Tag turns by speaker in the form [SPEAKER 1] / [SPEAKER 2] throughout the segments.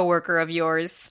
[SPEAKER 1] coworker of yours.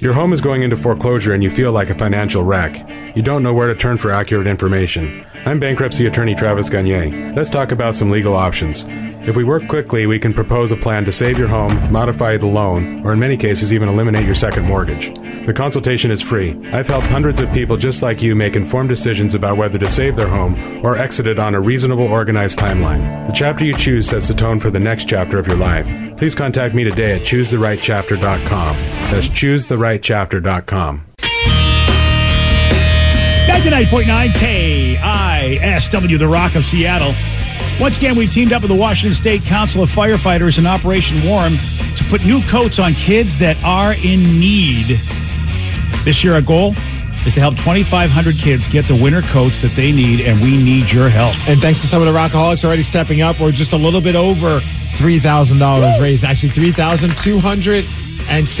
[SPEAKER 2] Your home is going into foreclosure and you feel like a financial wreck. You don't know where to turn for accurate information. I'm bankruptcy attorney Travis Gagne. Let's talk about some legal options. If we work quickly, we can propose a plan to save your home, modify the loan, or in many cases, even eliminate your second mortgage. The consultation is free. I've helped hundreds of people just like you make informed decisions about whether to save their home or exit it on a reasonable, organized timeline. The chapter you choose sets the tone for the next chapter of your life. Please contact me today at choosetherightchapter.com. That's choosetherightchapter.com.
[SPEAKER 3] 99.9 KISW, The Rock of Seattle. Once again, we've teamed up with the Washington State Council of Firefighters in Operation Warm to put new coats on kids that are in need. This year, our goal is to help 2,500 kids get the winter coats that they need, and we need your help.
[SPEAKER 4] And thanks to some of the Rockaholics already stepping up, we're just a little bit over $3,000 raised. Actually,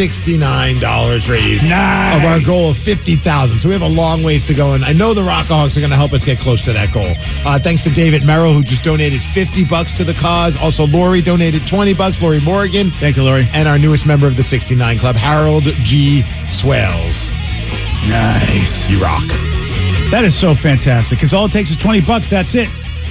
[SPEAKER 4] $3,269 raised
[SPEAKER 3] Nice.
[SPEAKER 4] of our goal of 50000 So we have a long ways to go. And I know the Rockaholics are going to help us get close to that goal. Uh, thanks to David Merrill, who just donated 50 bucks to the cause. Also, Lori donated 20 bucks, Lori Morgan.
[SPEAKER 3] Thank you, Lori.
[SPEAKER 4] And our newest member of the 69 Club, Harold G. Swales.
[SPEAKER 3] Nice.
[SPEAKER 4] You rock.
[SPEAKER 3] That is so fantastic because all it takes is 20 bucks. That's it.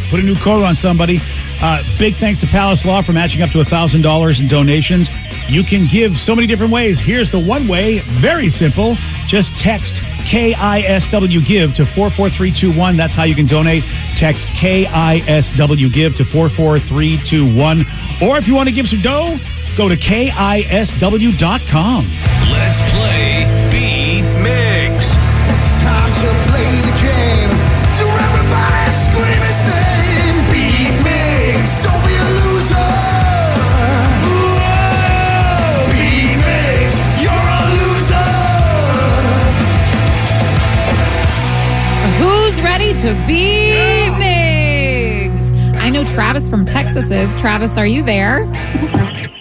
[SPEAKER 3] Put a new coat on somebody. Uh, big thanks to Palace Law for matching up to $1,000 in donations. You can give so many different ways. Here's the one way very simple. Just text KISW Give to 44321. That's how you can donate. Text KISW Give to 44321. Or if you want to give some dough, go to KISW.com.
[SPEAKER 5] Let's play B Migs.
[SPEAKER 6] It's time to play the game. So everybody scream his name. Beat Mix. Don't be a loser. Whoa. Beat Mix. You're a loser.
[SPEAKER 7] Who's ready to be Migs? I know Travis from Texas is. Travis, are you there?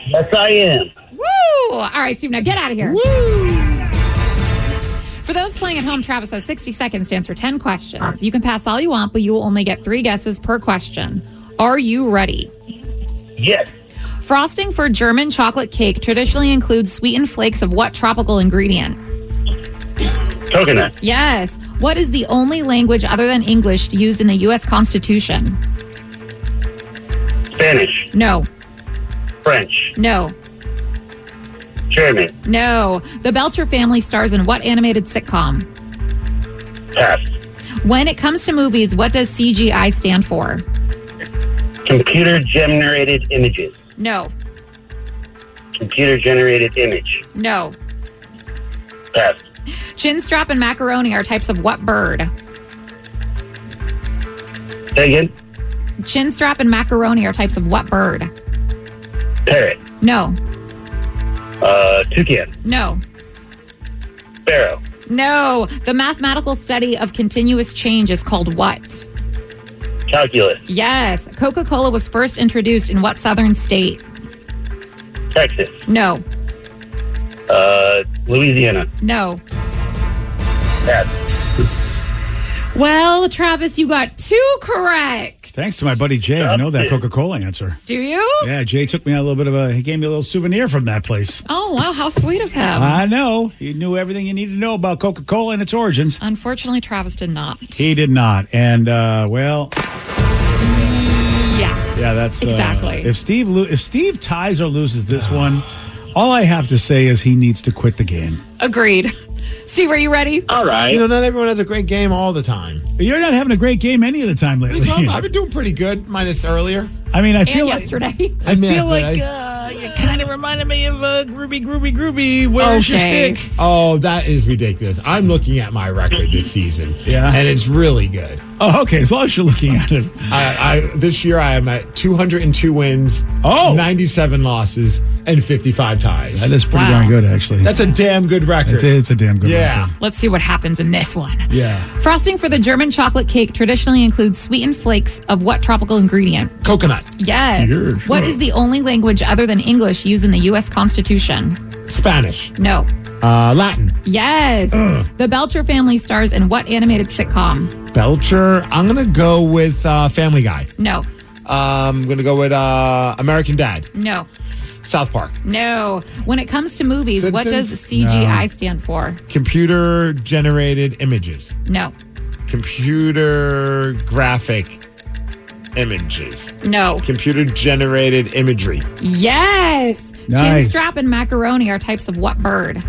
[SPEAKER 8] Yes, I am.
[SPEAKER 7] Woo! All right, Steve, now get out of here. Woo! For those playing at home, Travis has 60 seconds to answer 10 questions. You can pass all you want, but you will only get three guesses per question. Are you ready?
[SPEAKER 8] Yes.
[SPEAKER 7] Frosting for German chocolate cake traditionally includes sweetened flakes of what tropical ingredient?
[SPEAKER 8] Coconut.
[SPEAKER 7] Yes. What is the only language other than English used in the U.S. Constitution?
[SPEAKER 8] Spanish.
[SPEAKER 7] No,
[SPEAKER 8] French.
[SPEAKER 7] no,
[SPEAKER 8] German.
[SPEAKER 7] No. The Belcher family stars in what animated sitcom?
[SPEAKER 8] Pass.
[SPEAKER 7] When it comes to movies, what does CGI stand for?
[SPEAKER 8] Computer generated images.
[SPEAKER 7] No.
[SPEAKER 8] Computer generated image.
[SPEAKER 7] No.
[SPEAKER 8] Pass.
[SPEAKER 7] Chin strap and macaroni are types of what bird?
[SPEAKER 8] Say again.
[SPEAKER 7] Chin strap and macaroni are types of what bird?
[SPEAKER 8] Parrot.
[SPEAKER 7] No.
[SPEAKER 8] Uh, toucan.
[SPEAKER 7] No.
[SPEAKER 8] Sparrow.
[SPEAKER 7] No. The mathematical study of continuous change is called what?
[SPEAKER 8] Calculus.
[SPEAKER 7] Yes. Coca Cola was first introduced in what southern state?
[SPEAKER 8] Texas.
[SPEAKER 7] No.
[SPEAKER 8] Uh, Louisiana.
[SPEAKER 7] No.
[SPEAKER 8] Pass.
[SPEAKER 7] Well, Travis, you got two correct.
[SPEAKER 3] Thanks to my buddy Jay. I know that Coca Cola answer.
[SPEAKER 7] Do you?
[SPEAKER 3] Yeah, Jay took me on a little bit of a. He gave me a little souvenir from that place.
[SPEAKER 7] Oh, wow. How sweet of him.
[SPEAKER 3] I know he knew everything you needed to know about Coca Cola and its origins.
[SPEAKER 7] Unfortunately, Travis did not.
[SPEAKER 3] He did not, and uh, well,
[SPEAKER 7] yeah.
[SPEAKER 3] yeah, that's uh,
[SPEAKER 7] Exactly.
[SPEAKER 3] if Steve lo- if Steve ties or loses this one, All I have to say is he needs to quit the game.
[SPEAKER 7] Agreed. Steve, are you ready?
[SPEAKER 9] All right.
[SPEAKER 4] You know, not everyone has a great game all the time. What
[SPEAKER 3] You're not having a great game any of the time
[SPEAKER 4] are
[SPEAKER 3] lately.
[SPEAKER 4] you talking about? I've been doing pretty good, minus earlier.
[SPEAKER 3] I mean, I
[SPEAKER 7] And
[SPEAKER 3] feel like
[SPEAKER 7] yesterday.
[SPEAKER 4] I,
[SPEAKER 3] feel like
[SPEAKER 4] right?
[SPEAKER 3] uh, you kind of reminded me of uh, Groovy Groovy Groovy. Where's
[SPEAKER 7] Okay.
[SPEAKER 3] your stick?
[SPEAKER 4] Oh, that is ridiculous. I'm looking at my record this season.
[SPEAKER 3] Yeah.
[SPEAKER 4] And it's really good.
[SPEAKER 3] Oh, okay. As long as you're looking at it.
[SPEAKER 4] I, I this year I am at 202 wins,
[SPEAKER 3] Oh.
[SPEAKER 4] 97 losses, and 55 ties.
[SPEAKER 3] That is pretty
[SPEAKER 7] Wow.
[SPEAKER 3] darn good, actually.
[SPEAKER 4] That's a damn good record.
[SPEAKER 3] it's, a, it's a damn good
[SPEAKER 4] yeah.
[SPEAKER 3] record.
[SPEAKER 7] Let's see what happens in this one.
[SPEAKER 3] Yeah.
[SPEAKER 7] Frosting for the German chocolate cake traditionally includes sweetened flakes of what tropical ingredient?
[SPEAKER 4] Coconut,
[SPEAKER 7] Yes.
[SPEAKER 3] Yeah, sure.
[SPEAKER 7] What is the only language other than English used in the U.S. Constitution?
[SPEAKER 4] Spanish,
[SPEAKER 7] No.
[SPEAKER 4] uh, Latin.
[SPEAKER 7] Yes. The Belcher family stars in what animated sitcom?
[SPEAKER 4] Belcher. I'm gonna go with uh, Family Guy.
[SPEAKER 7] No.
[SPEAKER 4] Um, I'm gonna go with uh, American Dad.
[SPEAKER 7] No.
[SPEAKER 4] South Park.
[SPEAKER 7] No. When it comes to movies, what does
[SPEAKER 4] Simpsons?
[SPEAKER 7] CGI stand for?
[SPEAKER 4] Computer generated images.
[SPEAKER 7] No.
[SPEAKER 4] Computer graphic images.
[SPEAKER 7] No.
[SPEAKER 4] Computer generated imagery.
[SPEAKER 7] Yes.
[SPEAKER 3] Nice.
[SPEAKER 7] Chinstrap and macaroni are types of what bird?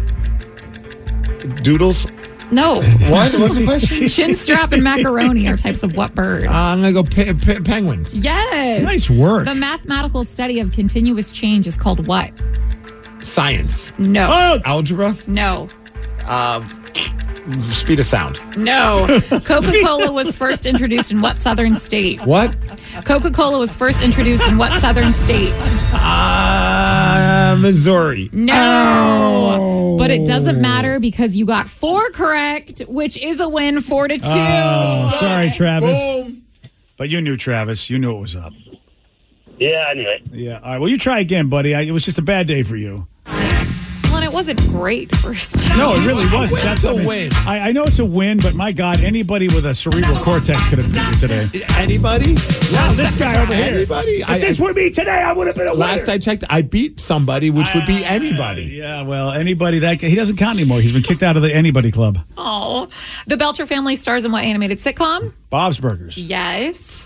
[SPEAKER 4] Doodles.
[SPEAKER 7] No.
[SPEAKER 4] What? What's the question?
[SPEAKER 7] Chinstrap and macaroni are types of what bird?
[SPEAKER 4] Uh, I'm gonna go pe- pe- penguins.
[SPEAKER 7] yes.
[SPEAKER 3] Nice work.
[SPEAKER 7] The mathematical study of continuous change is called what?
[SPEAKER 4] Science.
[SPEAKER 7] No.
[SPEAKER 3] Oh,
[SPEAKER 4] Algebra.
[SPEAKER 7] No.
[SPEAKER 4] Speed of sound.
[SPEAKER 7] No. Coca Cola was first introduced in what southern state?
[SPEAKER 4] What?
[SPEAKER 7] Coca Cola was first introduced in what southern state?
[SPEAKER 4] Uh, Missouri.
[SPEAKER 7] No.
[SPEAKER 3] Oh.
[SPEAKER 7] But it doesn't matter because you got four correct, which is a win four to two.
[SPEAKER 3] oh, sorry, Travis. But you knew Travis. You knew it was up.
[SPEAKER 9] Yeah, I knew it.
[SPEAKER 3] Yeah. All right. Well, you try again, buddy. I, it was just a bad day for you.
[SPEAKER 7] Well, and it wasn't great first.
[SPEAKER 3] No, it really was.
[SPEAKER 4] Win's
[SPEAKER 3] That's
[SPEAKER 4] a
[SPEAKER 3] I mean,
[SPEAKER 4] win.
[SPEAKER 3] I, I know it's a win, but my God, anybody with a cerebral cortex could have beat you today.
[SPEAKER 4] Anybody?
[SPEAKER 3] Wow, this guy over here.
[SPEAKER 4] Anybody?
[SPEAKER 3] If
[SPEAKER 4] I-
[SPEAKER 3] this were me today, I would have been a
[SPEAKER 4] Last
[SPEAKER 3] winner.
[SPEAKER 4] I checked, I beat somebody, which would be anybody.
[SPEAKER 3] Yeah, well, anybody that he doesn't count anymore. He's been kicked out of the anybody club.
[SPEAKER 7] Oh. The Belcher family stars in what animated sitcom?
[SPEAKER 3] Bob's Burgers.
[SPEAKER 7] Yes.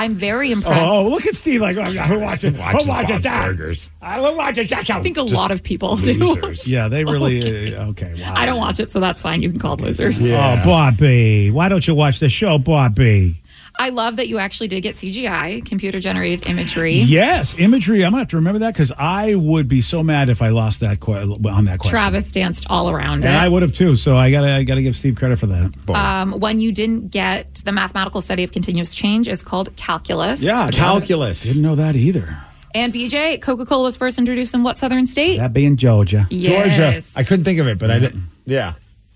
[SPEAKER 7] I'm very impressed.
[SPEAKER 3] Oh, look at Steve! Like I'm I'm watching,
[SPEAKER 4] Who
[SPEAKER 3] I'm
[SPEAKER 4] watches
[SPEAKER 3] watching
[SPEAKER 4] Bob's
[SPEAKER 3] that.
[SPEAKER 4] Burgers?
[SPEAKER 3] I'm watching that.
[SPEAKER 7] I think a
[SPEAKER 4] Just
[SPEAKER 7] lot of people do.
[SPEAKER 4] Losers.
[SPEAKER 3] Yeah, they really. Okay. Uh, okay wow.
[SPEAKER 7] I don't watch it, so that's fine. You can call it losers.
[SPEAKER 3] Oh, Bobby, why don't you watch the show, Bobby?
[SPEAKER 7] I love that you actually did get CGI, computer generated imagery.
[SPEAKER 3] Yes, imagery. I'm gonna have to remember that because I would be so mad if I lost that que- on that question.
[SPEAKER 7] Travis danced all around
[SPEAKER 3] And I
[SPEAKER 7] it.
[SPEAKER 3] would have too. So I gotta, I gotta give Steve credit for that.
[SPEAKER 7] Um, when you didn't get the mathematical study of continuous change is called calculus.
[SPEAKER 3] yeah,
[SPEAKER 4] Calculus.
[SPEAKER 3] Didn't know that either.
[SPEAKER 7] And BJ, Coca Cola was first introduced in what southern state?
[SPEAKER 3] That being Georgia,
[SPEAKER 7] Yes.
[SPEAKER 4] Georgia. I couldn't think of it, but I did. Yeah.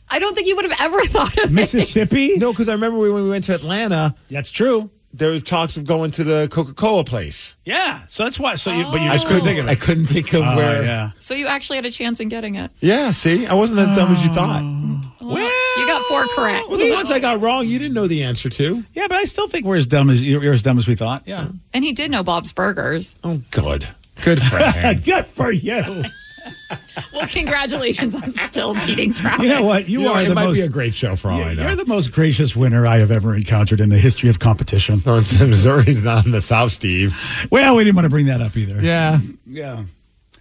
[SPEAKER 7] I don't think you would have ever thought of it.
[SPEAKER 3] Mississippi.
[SPEAKER 4] No, because I remember when we went to Atlanta,
[SPEAKER 3] that's true.
[SPEAKER 4] there was talks of going to the Coca Cola place.
[SPEAKER 3] Yeah. So that's why. So you, but you
[SPEAKER 4] I
[SPEAKER 3] just couldn't
[SPEAKER 4] couldn't
[SPEAKER 3] think of
[SPEAKER 4] I
[SPEAKER 3] it.
[SPEAKER 4] couldn't think of where.
[SPEAKER 3] yeah.
[SPEAKER 7] So you actually had a chance in getting it.
[SPEAKER 4] Yeah, See, I wasn't as dumb as you thought. Oh. Well,
[SPEAKER 7] You got four correct.
[SPEAKER 4] well, the ones I got wrong, you didn't know the answer to.
[SPEAKER 3] Yeah, but I still think we're as dumb as you're you're as dumb as we thought. Yeah.
[SPEAKER 7] And he did know Bob's Burgers.
[SPEAKER 4] Oh, good. Good for him.
[SPEAKER 3] Good for you.
[SPEAKER 7] Well, congratulations on still beating Travis.
[SPEAKER 3] You know what? You,
[SPEAKER 4] You know,
[SPEAKER 3] are
[SPEAKER 4] it
[SPEAKER 3] the
[SPEAKER 4] might
[SPEAKER 3] most.
[SPEAKER 4] be a great show for all I know.
[SPEAKER 3] You're the most gracious winner I have ever encountered in the history of competition.
[SPEAKER 4] No, it's- Missouri's not in the South, Steve.
[SPEAKER 3] Well, we didn't want to bring that up either.
[SPEAKER 4] Yeah.
[SPEAKER 3] Yeah.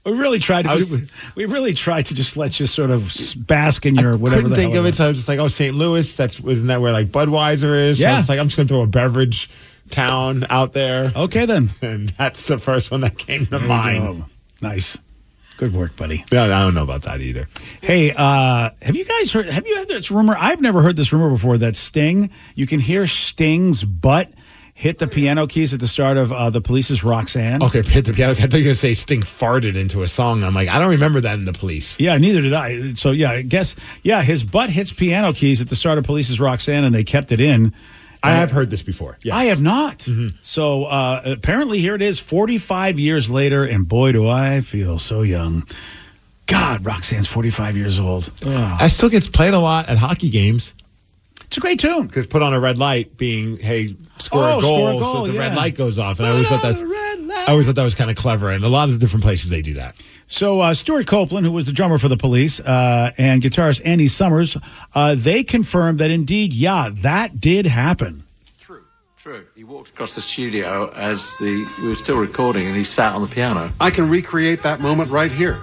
[SPEAKER 3] We really tried to.
[SPEAKER 4] I was-
[SPEAKER 3] we, we really tried to just let you sort of s- bask in your whatever
[SPEAKER 4] couldn't
[SPEAKER 3] the
[SPEAKER 4] think
[SPEAKER 3] hell
[SPEAKER 4] of it, so I was just like, oh, St. Louis. That's isn't that where like Budweiser is? So I
[SPEAKER 3] Yeah.
[SPEAKER 4] was like, I'm just gonna throw a beverage town out there,
[SPEAKER 3] was. Okay then.
[SPEAKER 4] and that's the first one that came to mind.
[SPEAKER 3] Oh, nice. Good work, buddy.
[SPEAKER 4] No, I don't know about that either.
[SPEAKER 3] Hey, uh, have you guys heard? Have you had this rumor? I've never heard this rumor before. That Sting, you can hear Sting's butt hit the piano keys at the start of uh, the Police's Roxanne.
[SPEAKER 4] Okay, hit the piano. I thought you were gonna say Sting farted into a song. I'm like, I don't remember that in the police.
[SPEAKER 3] Yeah, neither did I. So yeah, I guess yeah, his butt hits piano keys at the start of Police's Roxanne, and they kept it in.
[SPEAKER 4] I have heard this before. Yes.
[SPEAKER 3] I have not.
[SPEAKER 4] Mm-hmm.
[SPEAKER 3] So uh, apparently, here it is, 45 years later, and boy, do I feel so young. God, Roxanne's 45 years old. Ugh.
[SPEAKER 4] I still gets played a lot at hockey games.
[SPEAKER 3] It's a great tune.
[SPEAKER 4] Because put on a red light, being hey, score
[SPEAKER 3] Oh,
[SPEAKER 4] a
[SPEAKER 3] score a
[SPEAKER 4] goal,
[SPEAKER 3] goal,
[SPEAKER 4] so the
[SPEAKER 3] yeah.
[SPEAKER 4] red light goes off, and I
[SPEAKER 3] Put
[SPEAKER 4] always thought
[SPEAKER 3] on
[SPEAKER 4] that's
[SPEAKER 3] the red light.
[SPEAKER 4] I always thought that was kind of clever, and a lot of different places they do that.
[SPEAKER 3] So uh, Stuart Copeland, who was the drummer for the Police, uh, and guitarist Andy Summers, uh, they confirmed that indeed, yeah, that did happen.
[SPEAKER 10] True, true. He walked across the studio as the we were still recording, and he sat on the piano.
[SPEAKER 2] I can recreate that moment right here.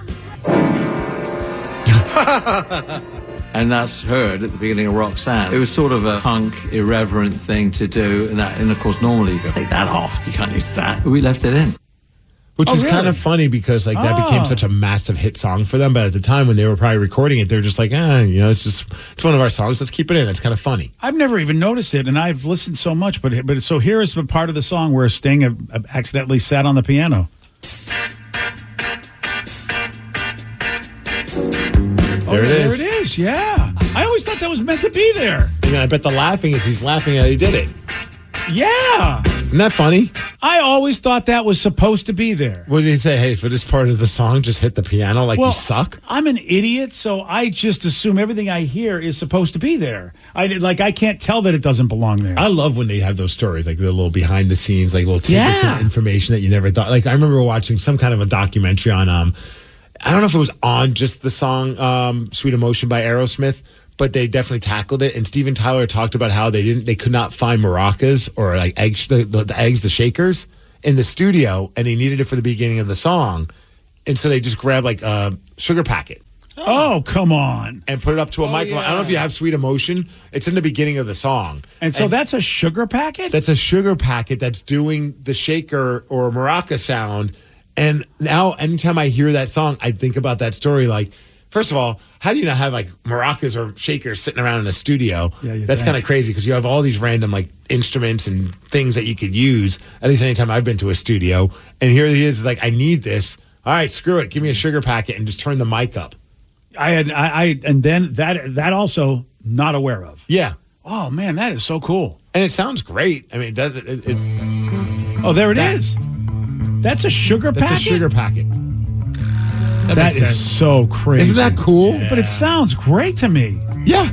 [SPEAKER 10] and that's heard at the beginning of Roxanne. It was sort of a punk, irreverent thing to do, and that, and of course, normally you go take that off. You can't use that. We left it in.
[SPEAKER 4] Which
[SPEAKER 10] Oh,
[SPEAKER 4] is
[SPEAKER 10] really?
[SPEAKER 4] kind of funny because like that
[SPEAKER 10] Oh.
[SPEAKER 4] became such a massive hit song for them. But at the time when they were probably recording it, they were just like, ah, you know, it's just it's one of our songs. Let's keep it in. It's kind of funny.
[SPEAKER 3] I've never even noticed it, and I've listened so much. But but so here is the part of the song where Sting uh, uh, accidentally sat on the piano. Oh,
[SPEAKER 4] There it
[SPEAKER 3] there
[SPEAKER 4] is.
[SPEAKER 3] it is. Yeah, I always thought that was meant to be there.
[SPEAKER 4] And I bet the laughing is he's laughing at he did it.
[SPEAKER 3] Yeah,
[SPEAKER 4] Isn't that funny?
[SPEAKER 3] I always thought that was supposed to be there.
[SPEAKER 4] What did he say? Hey, for this part of the song, just hit the piano like you suck.
[SPEAKER 3] I'm an idiot, so I just assume everything I hear is supposed to be there. I did- like I can't tell that it doesn't belong there.
[SPEAKER 4] I love when they have those stories, like the little behind the scenes, like little tidbits
[SPEAKER 3] Yeah.
[SPEAKER 4] of information that you never thought. Like I remember watching some kind of a documentary on um, I don't know if it was on just the song um, "Sweet Emotion" by Aerosmith, but they definitely tackled it. And Steven Tyler talked about how they didn't, they could not find maracas or like eggs, the, the, the eggs, the shakers in the studio, and he needed it for the beginning of the song, and so they just grabbed like a sugar packet.
[SPEAKER 3] Oh, come on.
[SPEAKER 4] And put it up to a
[SPEAKER 3] Oh,
[SPEAKER 4] microphone. I don't know if you have Sweet Emotion. It's in the beginning of the song.
[SPEAKER 3] And so that's a sugar packet?
[SPEAKER 4] That's a sugar packet that's doing the shaker or maraca sound. And now, anytime I hear that song, I think about that story. Like, first of all, how do you not have like maracas or shakers sitting around in a studio?
[SPEAKER 3] Yeah, you'd
[SPEAKER 4] that's
[SPEAKER 3] think.
[SPEAKER 4] kind of crazy because you have all these random like instruments and things that you could use. At least anytime I've been to a studio, and here he is, is like, I need this. All right, screw it. Give me a sugar packet and just turn the mic up.
[SPEAKER 3] I had I, I and then that that also not aware of.
[SPEAKER 4] Yeah.
[SPEAKER 3] Oh man, that is so cool.
[SPEAKER 4] And it sounds great. I mean, it does. It, it,
[SPEAKER 3] Oh, there it
[SPEAKER 4] That-
[SPEAKER 3] is. That's a sugar
[SPEAKER 4] that's
[SPEAKER 3] packet.
[SPEAKER 4] a sugar packet.
[SPEAKER 3] that
[SPEAKER 4] makes
[SPEAKER 3] is
[SPEAKER 4] sense.
[SPEAKER 3] so crazy.
[SPEAKER 4] Isn't that cool?
[SPEAKER 3] But it sounds great to me.
[SPEAKER 4] Yeah.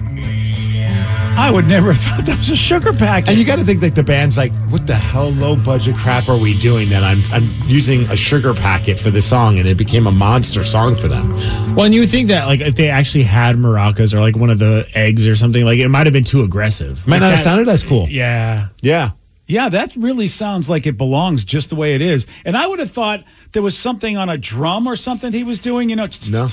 [SPEAKER 3] I would never have thought that was a sugar packet.
[SPEAKER 4] And you got to think that the band's like, what the hell, low budget crap are we doing? That I'm I'm using a sugar packet for this song, and it became a monster song for them.
[SPEAKER 2] Well, and you would think that like if they actually had maracas or like one of the eggs or something, like it might have been too aggressive.
[SPEAKER 4] Might
[SPEAKER 2] Like
[SPEAKER 4] not have
[SPEAKER 2] that-
[SPEAKER 4] sounded as cool.
[SPEAKER 2] Yeah.
[SPEAKER 4] Yeah.
[SPEAKER 3] Yeah, that really sounds like it belongs just the way it is. And I would have thought there was something on a drum or something he was doing. You know,
[SPEAKER 4] No.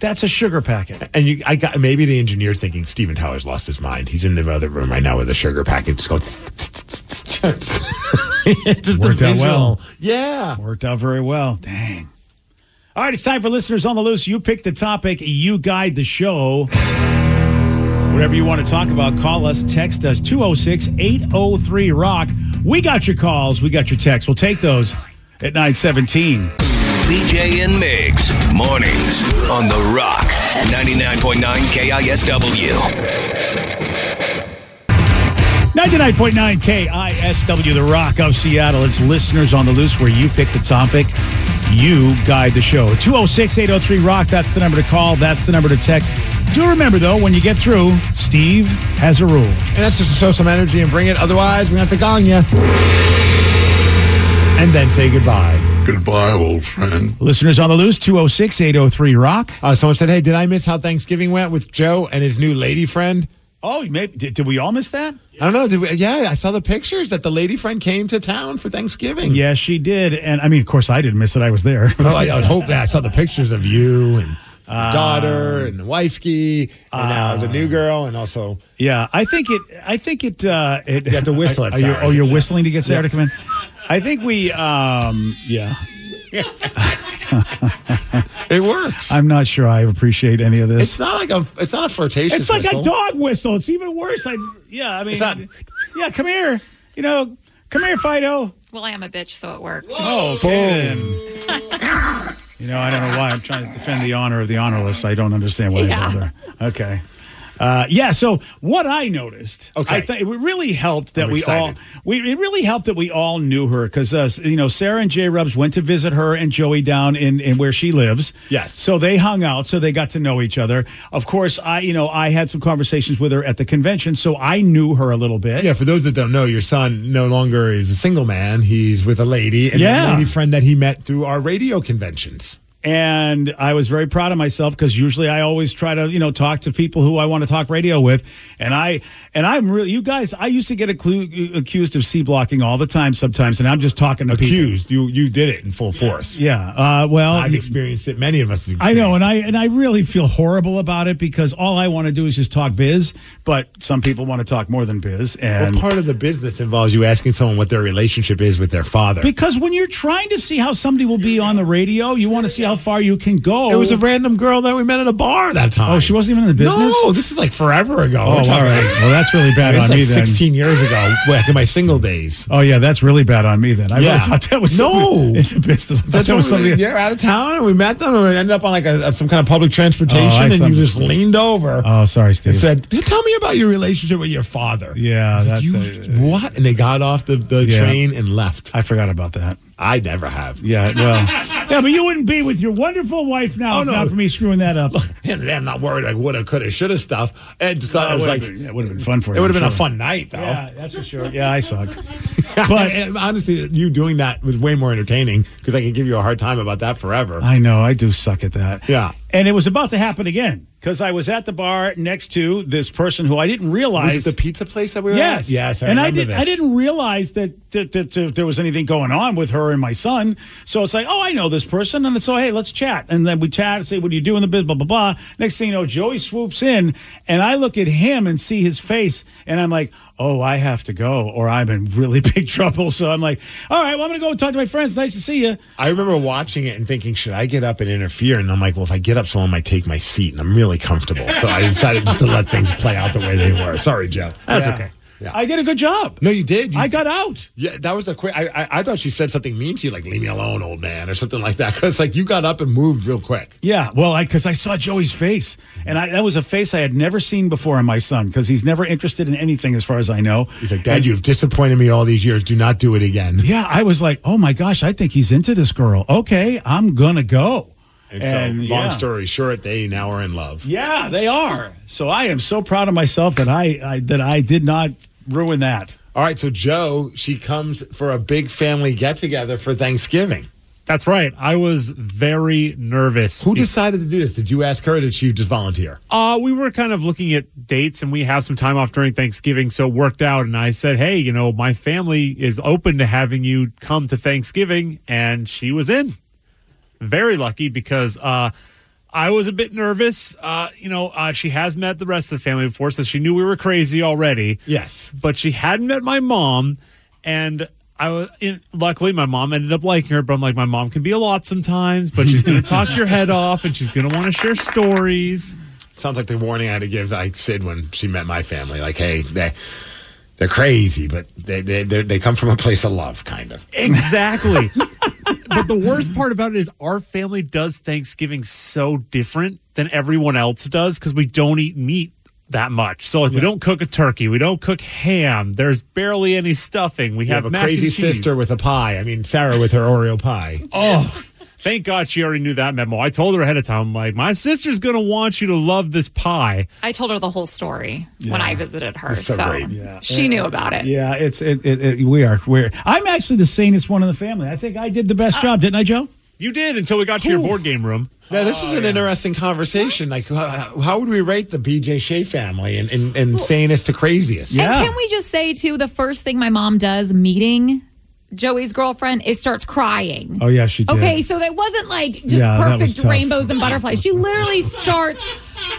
[SPEAKER 3] that's a sugar packet.
[SPEAKER 4] And you, I got maybe the engineer thinking Steven Tyler's lost his mind. He's in the other room right now with a sugar packet, just going. just
[SPEAKER 3] Worked out
[SPEAKER 4] visual.
[SPEAKER 3] well.
[SPEAKER 4] Yeah.
[SPEAKER 3] Worked out very well. Dang. All right, it's time for listeners on the loose. You pick the topic, you guide the show. Whatever you want to talk about, call us, text us 206 803 Rock. We got your calls, we got your texts. We'll take those at 917.
[SPEAKER 6] BJ and Migs, mornings on The Rock, 99.9 KISW.
[SPEAKER 3] 99.9 KISW, The Rock of Seattle. It's Listeners on the Loose, where you pick the topic, you guide the show. 206 803 Rock, that's the number to call, that's the number to text. Do remember, though, when you get through, Steve has a rule.
[SPEAKER 4] And that's just to show some energy and bring it. Otherwise, we have to gong you. And then say goodbye.
[SPEAKER 11] Goodbye, old friend.
[SPEAKER 3] Listeners on the Loose, 206 803 Rock.
[SPEAKER 4] Uh, someone said, "Hey, did I miss how Thanksgiving went with Joe and his new lady friend?"
[SPEAKER 3] Oh, maybe, did, did we all miss that?
[SPEAKER 4] I don't know. Did we, yeah, I saw the pictures that the lady friend came to town for Thanksgiving.
[SPEAKER 3] Yes, she did. And I mean, of course, I didn't miss it. I was there.
[SPEAKER 4] Oh, I, I would hope that I saw the pictures of you and your daughter and the wifey and uh, the new girl and also
[SPEAKER 3] Yeah, I think it. I think it. Uh, it
[SPEAKER 4] You have to whistle at
[SPEAKER 3] Are you-
[SPEAKER 4] Sarah.
[SPEAKER 3] oh, you're whistling to get Sarah to come in. I think we. Um, yeah,
[SPEAKER 4] it works.
[SPEAKER 3] I'm not sure. I appreciate any of this.
[SPEAKER 4] it's not like a it's not a flirtatious.
[SPEAKER 3] It's like
[SPEAKER 4] whistle.
[SPEAKER 3] a dog whistle. It's even worse. I, yeah, I mean,
[SPEAKER 4] It's not-
[SPEAKER 3] yeah, come here. You know, come here, Fido.
[SPEAKER 7] Well, I am a bitch, so it works.
[SPEAKER 3] Oh, okay. then. you know, I don't know why I'm trying to defend the honor of the honorless. I don't understand why
[SPEAKER 7] Yeah.
[SPEAKER 3] I bother. Okay. Uh, yeah. So what I noticed,
[SPEAKER 4] Okay.
[SPEAKER 3] I think it really helped that
[SPEAKER 4] I'm
[SPEAKER 3] we
[SPEAKER 4] excited.
[SPEAKER 3] all we it really helped that we all knew her because uh, you know Sarah and Jay Rubs went to visit her and Joey down in in where she lives.
[SPEAKER 4] Yes.
[SPEAKER 3] So they hung out, so they got to know each other. Of course, I you know I had some conversations with her at the convention, so I knew her a little bit.
[SPEAKER 4] Yeah, for those that don't know, your son no longer is a single man. He's with a lady and
[SPEAKER 3] Yeah.
[SPEAKER 4] a lady friend that he met through our radio conventions.
[SPEAKER 3] and I was very proud of myself because usually I always try to you know talk to people who I want to talk radio with, and I and I'm really you guys. I used to get acclu- uh, accused of C blocking all the time sometimes, and I'm just talking to
[SPEAKER 4] Accused. You you did it in full force.
[SPEAKER 3] people. Yeah. Uh, well,
[SPEAKER 4] I've experienced it. Many of us. have
[SPEAKER 3] I know, and I and I really feel horrible about it because all I want to do is just talk biz, but some people want to talk more than biz, and
[SPEAKER 4] well, part of the business involves you asking someone what their relationship is with their father.
[SPEAKER 3] because when you're trying to see how somebody will be on the radio, you want to see how far you can go.
[SPEAKER 4] There was a random girl that we met at a bar that time.
[SPEAKER 3] Oh, she wasn't even in the business.
[SPEAKER 4] No, this is like forever ago.
[SPEAKER 3] Oh,
[SPEAKER 4] We're
[SPEAKER 3] all
[SPEAKER 4] talking-
[SPEAKER 3] right. Well, that's really bad
[SPEAKER 4] It's
[SPEAKER 3] on
[SPEAKER 4] like
[SPEAKER 3] me then.
[SPEAKER 4] 16 years ago, back in my single days.
[SPEAKER 3] Oh yeah, that's really bad on me then. I really thought that was
[SPEAKER 4] no.
[SPEAKER 3] somebody in the business. I thought
[SPEAKER 4] That's
[SPEAKER 3] that
[SPEAKER 4] what
[SPEAKER 3] was
[SPEAKER 4] somebody.
[SPEAKER 3] somebody.
[SPEAKER 4] You're out of town, and we met them, and we ended up on like a, some kind of public transportation,
[SPEAKER 3] Oh, I
[SPEAKER 4] and
[SPEAKER 3] saw
[SPEAKER 4] you
[SPEAKER 3] this.
[SPEAKER 4] just leaned over
[SPEAKER 3] Oh, sorry, Steve.
[SPEAKER 4] and said, "Hey, "Tell me about your relationship with your father."
[SPEAKER 3] yeah,
[SPEAKER 4] Like,
[SPEAKER 3] that,
[SPEAKER 4] you,
[SPEAKER 3] uh,
[SPEAKER 4] what? And they got off the, the
[SPEAKER 3] Yeah.
[SPEAKER 4] train and left.
[SPEAKER 3] I forgot about that.
[SPEAKER 4] I never have.
[SPEAKER 3] Yeah, well, yeah, but you wouldn't be with your wonderful wife now.
[SPEAKER 4] Oh,
[SPEAKER 3] if
[SPEAKER 4] no.
[SPEAKER 3] not for me screwing that up.
[SPEAKER 4] And I'm not worried. I would have, could have, should have stuff. And just thought it was like
[SPEAKER 3] it would have been fun for
[SPEAKER 4] it
[SPEAKER 3] you.
[SPEAKER 4] would have been a
[SPEAKER 3] sure.
[SPEAKER 4] fun night though.
[SPEAKER 3] Yeah, that's for sure. Yeah, I suck.
[SPEAKER 4] But
[SPEAKER 3] But
[SPEAKER 4] honestly, you doing that was way more entertaining because I could give you a hard time about that forever.
[SPEAKER 3] I know I do suck at that.
[SPEAKER 4] Yeah.
[SPEAKER 3] and it was about to happen again because I was at the bar next to this person who I didn't realize
[SPEAKER 4] was it the pizza place that we were
[SPEAKER 3] Yes,
[SPEAKER 4] at? Yes. I
[SPEAKER 3] and I
[SPEAKER 4] remember
[SPEAKER 3] didn't.
[SPEAKER 4] This.
[SPEAKER 3] I didn't realize that, that, that, that there was anything going on with her and my son. So it's like, oh, I know this person, and so hey, let's chat. And then we chat, say, what do you do in the biz? Blah blah blah. Next thing you know, Joey swoops in, and I look at him and see his face, and I'm like. Oh, I have to go, or I'm in really big trouble. So I'm like, all right, well, I'm going to go talk to my friends. Nice to see you.
[SPEAKER 4] I remember watching it and thinking, should I get up and interfere? And I'm like, well, if I get up, someone might take my seat, and I'm really comfortable. So I decided just to let things play out the way they were. Sorry, Joe.
[SPEAKER 3] Yeah.
[SPEAKER 4] Yeah.
[SPEAKER 3] I did a good job.
[SPEAKER 4] no, you did. You-
[SPEAKER 3] I got out.
[SPEAKER 4] Yeah, that was a quick. I, I I thought she said something mean to you, like "leave me alone, old man" or something like that. Because like you got up and moved real quick.
[SPEAKER 3] Yeah, well, I because I saw Joey's face, and I, that was a face I had never seen before in my son because he's never interested in anything as far as I know.
[SPEAKER 4] He's like, "Dad, you have disappointed me all these years. Do not do it again."
[SPEAKER 3] Yeah, I was like, oh my gosh, I think he's into this girl. Okay, I'm gonna go.
[SPEAKER 4] And, so, long
[SPEAKER 3] yeah.
[SPEAKER 4] story short, they now are in love.
[SPEAKER 3] Yeah, they are. So I am so proud of myself that I, I that I did not ruin that.
[SPEAKER 4] All right, so Joe, she comes for a big family get together for Thanksgiving.
[SPEAKER 8] That's right. I was very nervous.
[SPEAKER 4] Who decided to do this? Did you ask her? Or did she just volunteer?
[SPEAKER 8] Uh, we were kind of looking at dates and we have some time off during Thanksgiving, so it worked out. And I said, Hey, you know, my family is open to having you come to Thanksgiving. And she was in. Very lucky because uh, I was a bit nervous. Uh, you know, uh, she has met the rest of the family before, so she knew we were crazy already.
[SPEAKER 4] Yes.
[SPEAKER 8] but she hadn't met my mom and I was in, luckily my mom ended up liking her, but I'm like my mom can be a lot sometimes, but she's gonna talk your head off and she's gonna want to share stories.
[SPEAKER 4] Sounds like the warning I had to give like Sid when she met my family. Like, hey, they they're crazy, but they they they they come from a place of love, kind of.
[SPEAKER 8] Exactly. but the worst part about it is our family does Thanksgiving so different than everyone else does because we don't eat meat that much. So like we don't cook a turkey, we don't cook ham. There's barely any stuffing. We
[SPEAKER 4] You have,
[SPEAKER 8] mac
[SPEAKER 4] a
[SPEAKER 8] and
[SPEAKER 4] crazy
[SPEAKER 8] cheese.
[SPEAKER 4] sister with a pie. I mean, Sarah with her Oreo pie.
[SPEAKER 8] Oh, thank God she already knew that memo. I told her ahead of time, I'm like, my sister's going to want you to love this pie.
[SPEAKER 7] I told her the whole story when I visited her,
[SPEAKER 4] That's so
[SPEAKER 7] so,
[SPEAKER 4] great.
[SPEAKER 7] she knew about it.
[SPEAKER 3] Yeah, it's it, it, it we are we're I'm actually the sanest one in the family. I think I did the
[SPEAKER 7] Uh,
[SPEAKER 3] best job, didn't I, Joe?
[SPEAKER 8] You did until we got to your board game room.
[SPEAKER 4] Now, this is an interesting conversation. Like, how, how would we rate the BJ Shea family and, and, and sanest to craziest?
[SPEAKER 7] And can we just say too, the first thing my mom does meeting Joey's girlfriend is starts crying.
[SPEAKER 3] Oh yeah, she did.
[SPEAKER 7] Okay, so that wasn't like just
[SPEAKER 3] Yeah, that was
[SPEAKER 7] perfect
[SPEAKER 3] tough.
[SPEAKER 7] rainbows and butterflies. She literally starts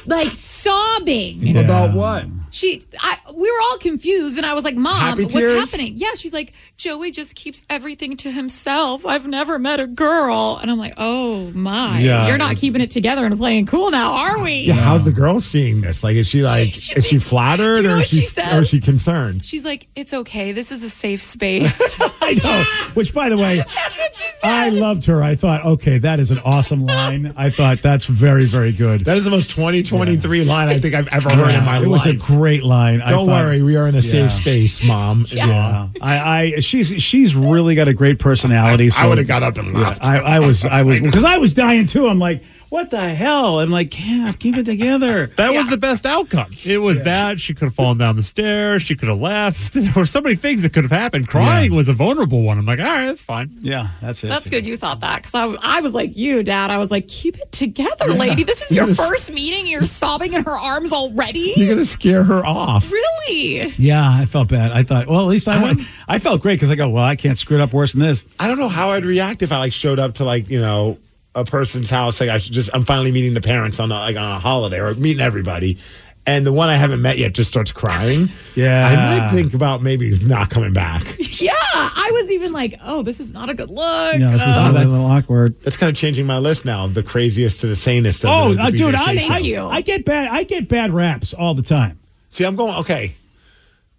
[SPEAKER 7] like sobbing.
[SPEAKER 3] Yeah.
[SPEAKER 4] About what?
[SPEAKER 7] She, I, we were all confused, and I was like, "Mom,
[SPEAKER 4] Happy
[SPEAKER 7] what's
[SPEAKER 4] tears?
[SPEAKER 7] happening?" Yeah, she's like, "Joey just keeps everything to himself. I've never met a girl," and I'm like, "Oh my,
[SPEAKER 3] Yeah.
[SPEAKER 7] you're not keeping it together and playing cool now, are we?"
[SPEAKER 4] Yeah, how's the girl seeing this? Like, is she like, is she flattered
[SPEAKER 7] Do you know
[SPEAKER 4] or is she,
[SPEAKER 7] what she
[SPEAKER 4] or is
[SPEAKER 7] says?
[SPEAKER 4] she concerned?
[SPEAKER 7] She's like, "It's okay. This is a safe space."
[SPEAKER 3] I know. Which, by the way,
[SPEAKER 7] That's what she said.
[SPEAKER 3] I loved her. I thought, okay, that is an awesome line. I thought that's very, very good.
[SPEAKER 4] That is the most 2023 line I think I've ever heard in my
[SPEAKER 3] it
[SPEAKER 4] life.
[SPEAKER 3] was a great line. I
[SPEAKER 4] Don't
[SPEAKER 3] thought-
[SPEAKER 4] worry, we are in a
[SPEAKER 3] Yeah.
[SPEAKER 4] safe space, mom. Yeah.
[SPEAKER 3] Yeah, I, I, she's she's really got a great personality. So
[SPEAKER 4] I would have got up and
[SPEAKER 3] Yeah,
[SPEAKER 4] left.
[SPEAKER 3] I, I was, I was, because I was dying too. I'm like, what the hell? And like, yeah, keep it together.
[SPEAKER 8] That was the best outcome. It was that she could have fallen down the stairs. She could have left. There were so many things that could have happened. Crying was a vulnerable one. I'm like, all right, that's fine.
[SPEAKER 3] Yeah, that's it.
[SPEAKER 7] That's good you thought that because I, w- I was like you, Dad. I was like, keep it together,
[SPEAKER 3] Yeah.
[SPEAKER 7] lady. This is
[SPEAKER 3] You're
[SPEAKER 7] your
[SPEAKER 3] gonna s-
[SPEAKER 7] first meeting. You're sobbing in her arms already.
[SPEAKER 3] You're gonna scare her off.
[SPEAKER 7] Really?
[SPEAKER 3] Yeah, I felt bad. I thought, well, at least I
[SPEAKER 4] Um,
[SPEAKER 3] went. I felt great because I go, well, I can't screw it up worse than this.
[SPEAKER 4] I don't know how I'd react if I like showed up to like you know a person's house like I should just I'm finally meeting the parents on a, like on a holiday or meeting everybody, and the one I haven't met yet just starts crying.
[SPEAKER 3] Yeah.
[SPEAKER 4] I might think about maybe not coming back.
[SPEAKER 7] Yeah, I was even like, oh, this is not a good look.
[SPEAKER 4] Yeah, this is
[SPEAKER 7] Uh,
[SPEAKER 4] not a
[SPEAKER 3] little awkward.
[SPEAKER 4] That's kind of changing my list now of the craziest to the sanest. Of
[SPEAKER 3] Oh,
[SPEAKER 4] the, the
[SPEAKER 3] uh, dude, I,
[SPEAKER 4] BJJ
[SPEAKER 3] I,
[SPEAKER 4] show.
[SPEAKER 3] I get bad. I get bad raps all the time.
[SPEAKER 4] See, I'm going okay.